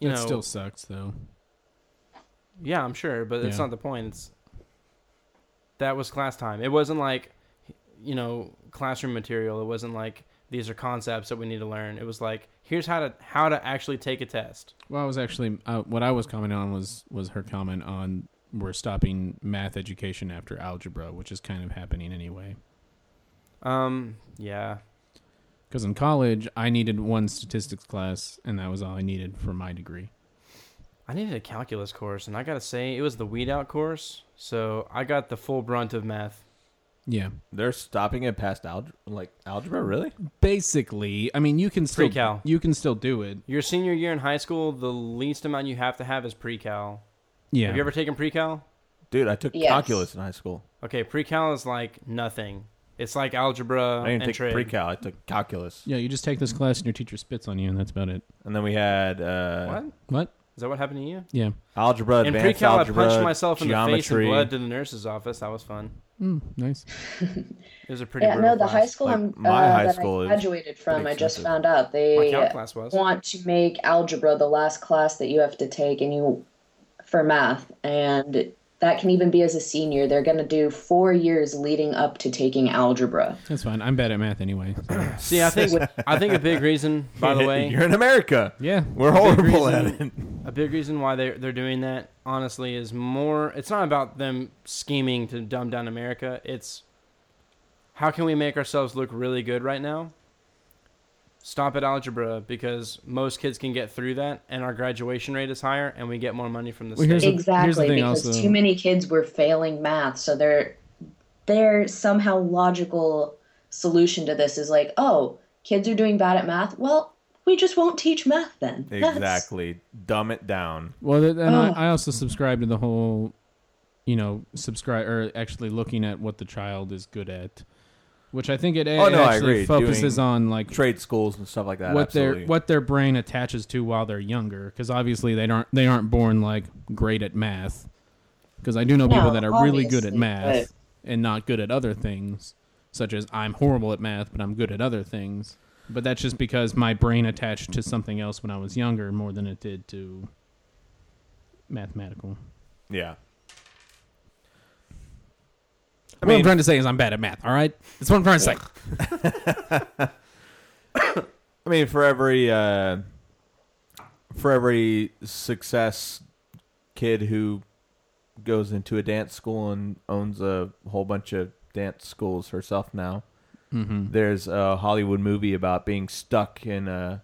Speaker 9: You
Speaker 2: it
Speaker 9: know,
Speaker 2: still sucks though.
Speaker 9: Yeah, I'm sure, but it's
Speaker 2: Yeah.
Speaker 9: not the point. It's that was class time. It wasn't like you know classroom material. It wasn't like these are concepts that we need to learn. It was like here's how to how to actually take a test.
Speaker 2: Well, I was actually uh, what I was commenting on was was her comment on we're stopping math education after algebra, which is kind of happening anyway.
Speaker 9: Um, yeah,
Speaker 2: Because in college, I needed one statistics class, and that was all I needed for my degree.
Speaker 9: I needed a calculus course, and I gotta say it was the weed out course, so I got the full brunt of math.
Speaker 2: Yeah,
Speaker 1: They're stopping it past algebra. Like algebra, really?
Speaker 2: basically, I mean, you can still
Speaker 9: Pre-cal.
Speaker 2: you can still do it.
Speaker 9: Your senior year in high school, the least amount you have to have is pre-cal.
Speaker 2: Yeah,
Speaker 9: Have you ever taken pre-cal?
Speaker 1: Dude, I took
Speaker 7: Yes.
Speaker 1: calculus in high school.
Speaker 9: Okay, pre-cal is like nothing. It's like algebra
Speaker 1: I didn't
Speaker 9: and
Speaker 1: take
Speaker 9: trig.
Speaker 1: pre-cal. I took calculus.
Speaker 2: Yeah, you just take this class and your teacher spits on you, and that's about it.
Speaker 1: And then we had uh,
Speaker 9: what?
Speaker 2: What?
Speaker 9: Is that what happened to you?
Speaker 2: Yeah.
Speaker 1: algebra,
Speaker 9: in
Speaker 1: advanced
Speaker 9: pre-cal,
Speaker 1: algebra,
Speaker 9: I punched myself in the face and
Speaker 1: geometry.
Speaker 9: bled to the nurse's office. That was fun.
Speaker 2: Mm, nice.
Speaker 9: It was a pretty
Speaker 7: Yeah,
Speaker 9: brutal
Speaker 7: no, the
Speaker 9: class.
Speaker 7: high school
Speaker 1: Like,
Speaker 7: I'm, uh,
Speaker 1: my high
Speaker 7: that
Speaker 1: school
Speaker 7: I
Speaker 1: is
Speaker 7: graduated from, I just
Speaker 1: expensive.
Speaker 7: found out
Speaker 9: My
Speaker 7: they
Speaker 9: count class was.
Speaker 7: want to make algebra the last class that you have to take and you for math and that can even be as a senior they're going to do four years leading up to taking algebra
Speaker 2: That's fine. I'm bad at math anyway. so-
Speaker 9: See, I think I think a big reason, by the way,
Speaker 1: you're in America.
Speaker 2: Yeah.
Speaker 1: We're horrible at it.
Speaker 9: A big reason why they're, they're doing that, honestly, is more. It's not about them scheming to dumb down America. It's how can we make ourselves look really good right now? Stop at algebra because most kids can get through that, and our graduation rate is higher, and we get more money from the
Speaker 2: Well,
Speaker 9: state.
Speaker 2: here's the-
Speaker 7: exactly
Speaker 2: thing
Speaker 7: because
Speaker 2: also-
Speaker 7: too many kids were failing math so their their somehow logical solution to this is like oh kids are doing bad at math well we just won't teach math then That's-
Speaker 1: Exactly. Dumb it down.
Speaker 2: Well, th- and
Speaker 7: Oh.
Speaker 2: I, I also subscribe to the whole, you know, subscribe or actually looking at what the child is good at, which I think it,
Speaker 1: Oh,
Speaker 2: it
Speaker 1: no, I
Speaker 2: actually
Speaker 1: agree.
Speaker 2: focuses
Speaker 1: Doing
Speaker 2: on like
Speaker 1: Trade schools and stuff like that.
Speaker 2: what
Speaker 1: absolutely.
Speaker 2: their what their brain attaches to while they're younger, because obviously they aren't they aren't born like great at math. Because I do know people
Speaker 7: No,
Speaker 2: that are really good at
Speaker 7: obviously,
Speaker 2: math and not good at other things, such as I'm horrible at math, but I'm good at other things. But that's just because my brain attached to something else when I was younger more than it did to mathematical.
Speaker 1: Yeah.
Speaker 2: I mean, what I'm trying to say is I'm bad at math. All right, that's what I'm trying to say.
Speaker 1: I mean, for every uh, for every success kid who goes into a dance school and owns a whole bunch of dance schools herself now, there's a Hollywood movie about being stuck in a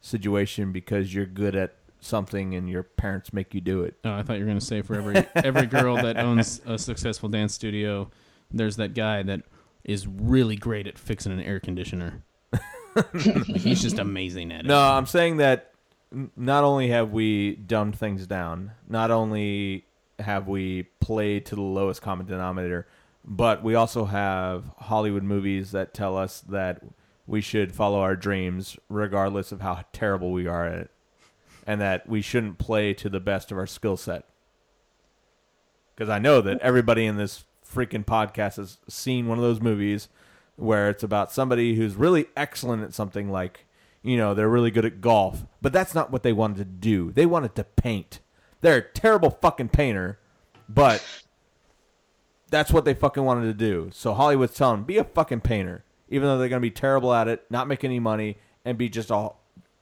Speaker 1: situation because you're good at something and your parents make you do it.
Speaker 2: Oh, I thought you were gonna say for every every girl that owns a successful dance studio, there's that guy that is really great at fixing an air conditioner. Like, he's just amazing at it.
Speaker 1: No, I'm saying that n- not only have we dumbed things down, not only have we played to the lowest common denominator, but we also have Hollywood movies that tell us that we should follow our dreams regardless of how terrible we are at it and that we shouldn't play to the best of our skill set. Because I know that everybody in this freaking podcast has seen one of those movies where it's about somebody who's really excellent at something like, you know, they're really good at golf, but that's not what they wanted to do. They wanted to paint. They're a terrible fucking painter, but that's what they fucking wanted to do. So Hollywood's telling them, be a fucking painter, even though they're going to be terrible at it, not make any money, and be just a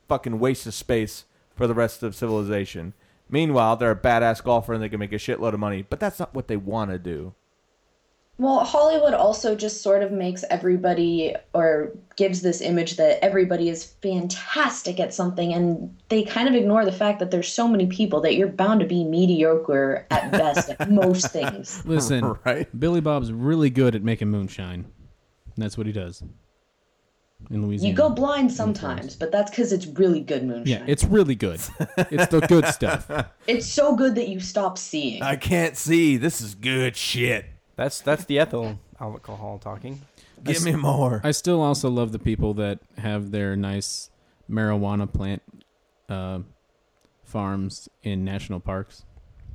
Speaker 1: fucking waste of space for the rest of civilization. Meanwhile, they're a badass golfer and they can make a shitload of money, but that's not what they want to do.
Speaker 7: Well, Hollywood also just sort of makes everybody or gives this image that everybody is fantastic at something, and they kind of ignore the fact that there's so many people that you're bound to be mediocre at best at most things.
Speaker 2: Listen, Billy Bob's really good at making moonshine. And that's what he does in Louisiana.
Speaker 7: You go blind sometimes, but that's because it's really good moonshine.
Speaker 2: yeah, it's really good. It's the good stuff.
Speaker 7: it's so good that you stop seeing.
Speaker 1: I can't see. This is good shit.
Speaker 9: That's that's the ethyl alcohol talking.
Speaker 1: Give me more.
Speaker 2: I still also love the people that have their nice marijuana plant uh, farms in national parks.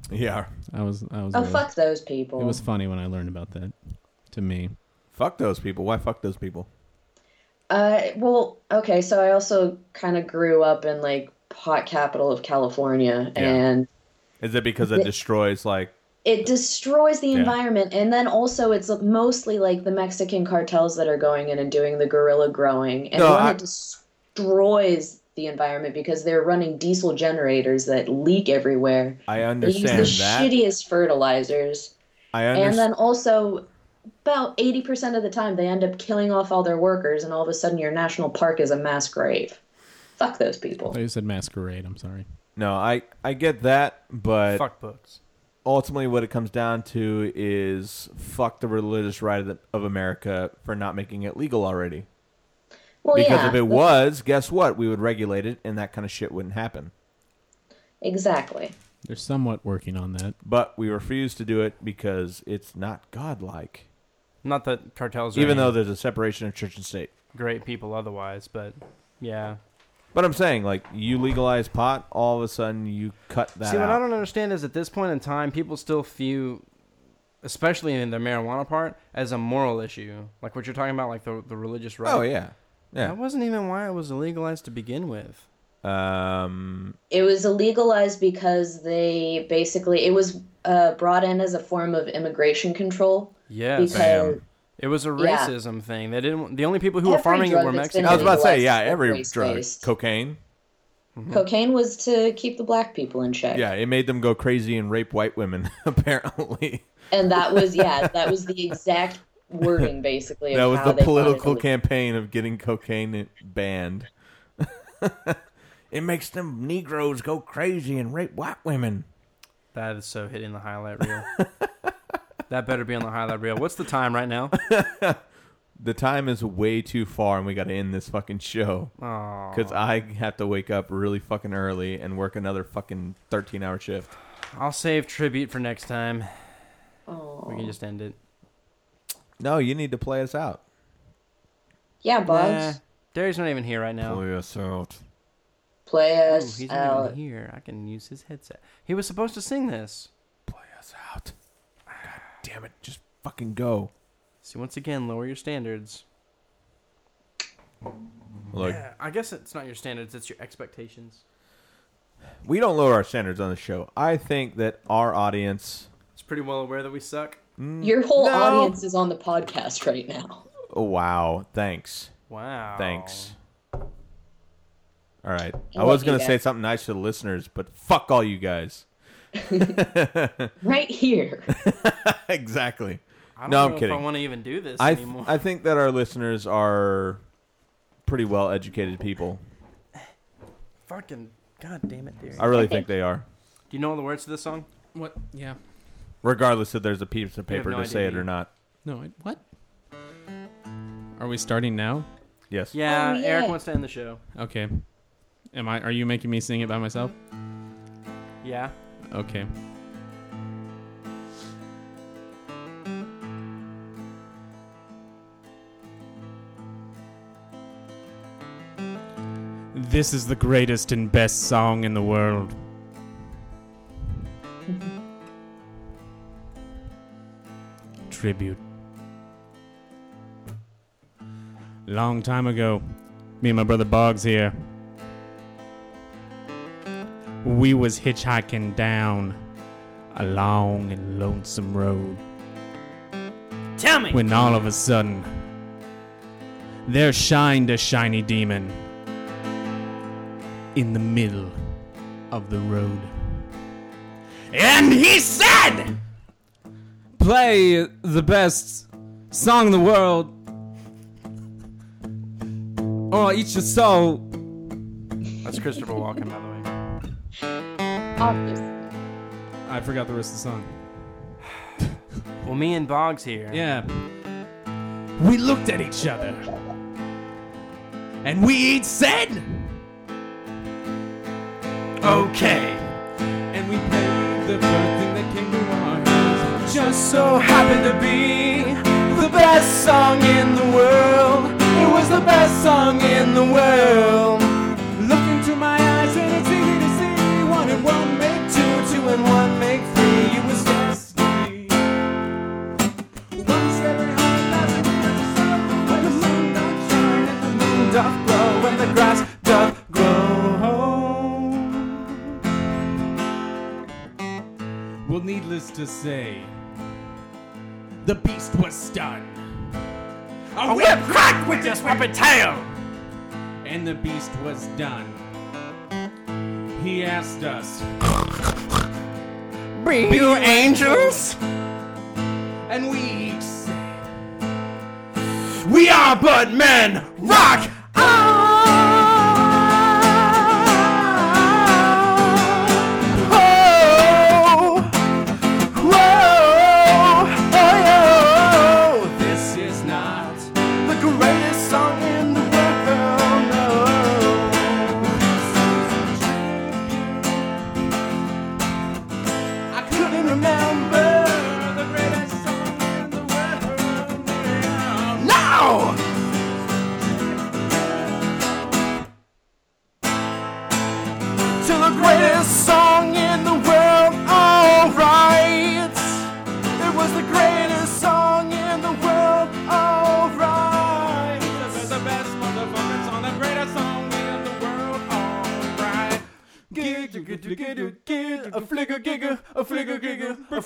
Speaker 1: Yeah.
Speaker 2: I was, I was.
Speaker 7: oh,
Speaker 2: really-
Speaker 7: fuck those people.
Speaker 2: It was funny when I learned about that. To me,
Speaker 1: Fuck those people. Why fuck those people?
Speaker 7: Uh, well, okay, so I also kind of grew up in like pot capital of California,
Speaker 1: Yeah.
Speaker 7: and
Speaker 1: Is it because it destroys, like,
Speaker 7: it destroys the environment and then also it's mostly like the mexican cartels that are going in and doing the guerrilla growing and
Speaker 1: No,
Speaker 7: then
Speaker 1: I-
Speaker 7: it destroys the environment because they're running diesel generators that leak everywhere
Speaker 1: I
Speaker 7: they use the
Speaker 1: understand that.
Speaker 7: shittiest fertilizers
Speaker 1: I
Speaker 7: and
Speaker 1: understand.
Speaker 7: then also about 80% of the time they end up killing off all their workers and all of a sudden your national park is a mass grave fuck those
Speaker 2: I
Speaker 7: people
Speaker 2: thought Oh, you said masquerade. I'm sorry.
Speaker 1: No, I, I get that, but
Speaker 9: Fuck books.
Speaker 1: ultimately what it comes down to is fuck the religious right of, the, of America for not making it legal already.
Speaker 7: well
Speaker 1: because
Speaker 7: yeah
Speaker 1: if it
Speaker 7: but-
Speaker 1: was, guess what? We would regulate it and that kind of shit wouldn't happen.
Speaker 7: exactly
Speaker 2: They're somewhat working on that.
Speaker 1: But we refuse to do it because it's not godlike.
Speaker 9: Not that cartels are
Speaker 1: even
Speaker 9: any
Speaker 1: though there's a separation of church and state.
Speaker 9: great people otherwise, but yeah.
Speaker 1: But I'm saying, like, you legalize pot, all of a sudden you cut that
Speaker 9: See,
Speaker 1: out.
Speaker 9: what I don't understand is at this point in time, people still view, especially in the marijuana part, as a moral issue. Like what you're talking about, like the, the religious right.
Speaker 1: oh yeah,
Speaker 9: That wasn't even why it was legalized to begin with.
Speaker 1: yeah. Um,
Speaker 7: It was illegalized because they basically it was uh, brought in as a form of immigration control
Speaker 9: Yes.
Speaker 7: because
Speaker 9: It was a
Speaker 7: Yeah.
Speaker 9: racism thing. They didn't. The only people who were
Speaker 7: Every
Speaker 9: farming it
Speaker 7: drug
Speaker 9: were
Speaker 7: that's been
Speaker 9: Mexicans.
Speaker 1: I was about to say,
Speaker 7: legalized
Speaker 1: yeah,
Speaker 7: is
Speaker 1: every
Speaker 7: race
Speaker 1: drug,
Speaker 7: based.
Speaker 1: cocaine.
Speaker 7: cocaine was to keep the black people in check.
Speaker 1: Yeah, it made them go crazy and rape white women. Apparently,
Speaker 7: and that was yeah, that was the exact wording basically. Of
Speaker 1: that was
Speaker 7: how
Speaker 1: the
Speaker 7: they wanted
Speaker 1: political
Speaker 7: to-
Speaker 1: campaign of getting cocaine banned. it makes them Negroes go crazy and rape white women.
Speaker 9: That is so hitting the highlight reel. that better be on the highlight reel. What's the time right now?
Speaker 1: The time is way too far, and we got to end this fucking show
Speaker 9: Oh,
Speaker 1: because I have to wake up really fucking early and work another fucking thirteen-hour shift.
Speaker 9: I'll save tribute for next time.
Speaker 7: Aw.
Speaker 9: We can just end it.
Speaker 1: No, you need to play us out.
Speaker 7: Yeah,
Speaker 9: Nah,
Speaker 7: Boggs,
Speaker 9: Derry's not even here right now.
Speaker 1: Play us out.
Speaker 7: play
Speaker 9: Ooh,
Speaker 7: us
Speaker 9: he's not
Speaker 7: out.
Speaker 9: even here. I can use his headset. He was supposed to sing this.
Speaker 1: Play us out. God damn it! Just fucking go.
Speaker 9: See, once again, lower your standards.
Speaker 1: Look.
Speaker 9: I guess it's not your standards; it's your expectations.
Speaker 1: we don't lower our standards on the show. I think that our audience.
Speaker 9: It's pretty well aware that we suck.
Speaker 7: Your whole
Speaker 1: No.
Speaker 7: audience is on the podcast right now.
Speaker 1: Oh, wow. Thanks.
Speaker 9: Wow.
Speaker 1: Thanks.
Speaker 9: Oh.
Speaker 1: All right. I
Speaker 7: love
Speaker 1: was
Speaker 7: you
Speaker 1: going to say
Speaker 7: guys.
Speaker 1: something nice to the listeners, but fuck all you guys.
Speaker 7: Right here.
Speaker 1: exactly.
Speaker 9: I don't
Speaker 1: No, I'm
Speaker 9: know
Speaker 1: kidding.
Speaker 9: If I want to even do this
Speaker 1: I, th-
Speaker 9: anymore.
Speaker 1: I think that our listeners are pretty well educated people.
Speaker 9: Fucking god damn it, Derry.
Speaker 1: I really think they are.
Speaker 9: Do you know all the words to this song?
Speaker 2: What? Yeah.
Speaker 1: Regardless if there's a piece of
Speaker 9: You have
Speaker 1: paper
Speaker 9: no
Speaker 1: to
Speaker 9: idea,
Speaker 1: say it
Speaker 9: do you?
Speaker 1: or not.
Speaker 2: No. I, what? Are we starting now?
Speaker 1: Yes.
Speaker 9: Yeah,
Speaker 7: Oh, yeah.
Speaker 9: Eric wants to end the show.
Speaker 2: Okay. Am I? Are you making me sing it by myself?
Speaker 9: Yeah.
Speaker 2: Okay. This is the greatest and best song in the world. Tribute. Long time ago, me and my brother Boggs here we was hitchhiking down a long and lonesome road
Speaker 9: Tell me.
Speaker 2: when all of a sudden there shined a shiny demon in the middle of the road and he said play the best song in the world or I'll eat your soul
Speaker 9: That's Christopher Walken, by the way.
Speaker 7: Obviously.
Speaker 2: i forgot the rest of the song
Speaker 9: Well, me and Boggs here.
Speaker 2: Yeah. We looked at each other. And we each said, okay. And we paid the first thing that came to our hands. Just so happened to be the best song in the world. It was the best song in the world. Look into my eyes and it's easy to see. One and one make two, two and one make three. It was destiny. Doth blow and the grass doth grow. Well, needless to say, the beast was stunned. A whip crack with this whipping tail! And the beast was done. He asked us, Be you angels? and we We are but men. Rock Oh, This is not the greatest song in the world. I couldn't remember the greatest song in the world.
Speaker 3: giggle, a flicker giggle, a flicker giggle,
Speaker 2: Flicker,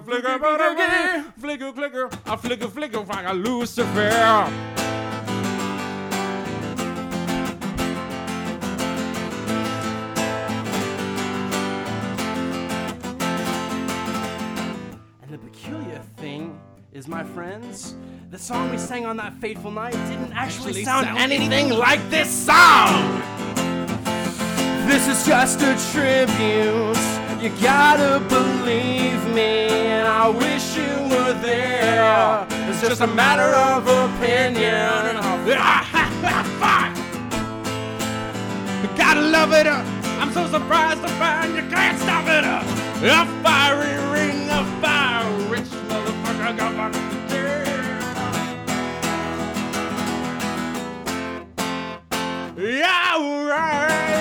Speaker 2: flicker, flicker, flicker, flicker, I flicker, flicker like a Lucifer.
Speaker 3: And the peculiar thing is, my friends, the song we sang on that fateful night didn't actually sound anything like this song.
Speaker 2: This is just a tribute. You gotta believe me, and I wish you were there. It's just a matter of opinion. gotta love it up. I'm so surprised to find you can't stop it up. A fiery ring of fire, rich motherfucker. Got my Yeah, right.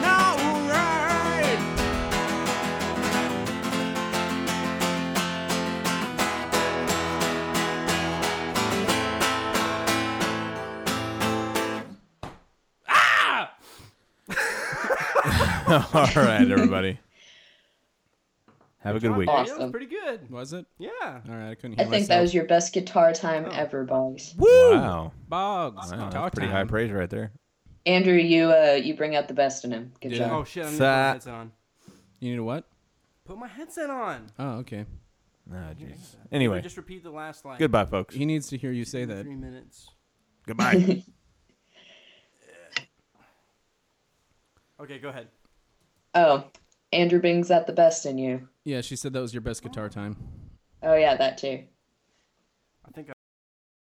Speaker 2: Now, right.
Speaker 1: All right, everybody. Have a good week.
Speaker 7: Awesome.
Speaker 3: That was pretty good.
Speaker 9: Was it?
Speaker 3: Yeah.
Speaker 9: All right, I couldn't
Speaker 7: I
Speaker 9: hear
Speaker 7: think
Speaker 9: myself.
Speaker 7: that was your best guitar
Speaker 9: Oh.
Speaker 7: time ever, Boggs.
Speaker 1: Wow.
Speaker 9: Boggs.
Speaker 1: Wow,
Speaker 9: guitar
Speaker 1: that's pretty high
Speaker 9: time.
Speaker 1: praise right there.
Speaker 7: Andrew, you uh, you bring out the best in him. Good
Speaker 9: Yeah.
Speaker 7: job.
Speaker 3: Oh shit! I need to put
Speaker 1: Sa-
Speaker 3: my headset on.
Speaker 9: You need a what?
Speaker 3: Put my headset on.
Speaker 9: Oh, okay.
Speaker 1: Ah, jeez.
Speaker 3: Or
Speaker 1: Anyway,
Speaker 3: Just repeat the last line.
Speaker 1: goodbye, folks.
Speaker 9: He needs to hear you say that.
Speaker 3: Three minutes.
Speaker 1: Goodbye.
Speaker 3: Okay, go ahead.
Speaker 7: Oh, Andrew brings out the best in you.
Speaker 9: Yeah, she said that was your best guitar time.
Speaker 7: Oh yeah, that too.
Speaker 3: I think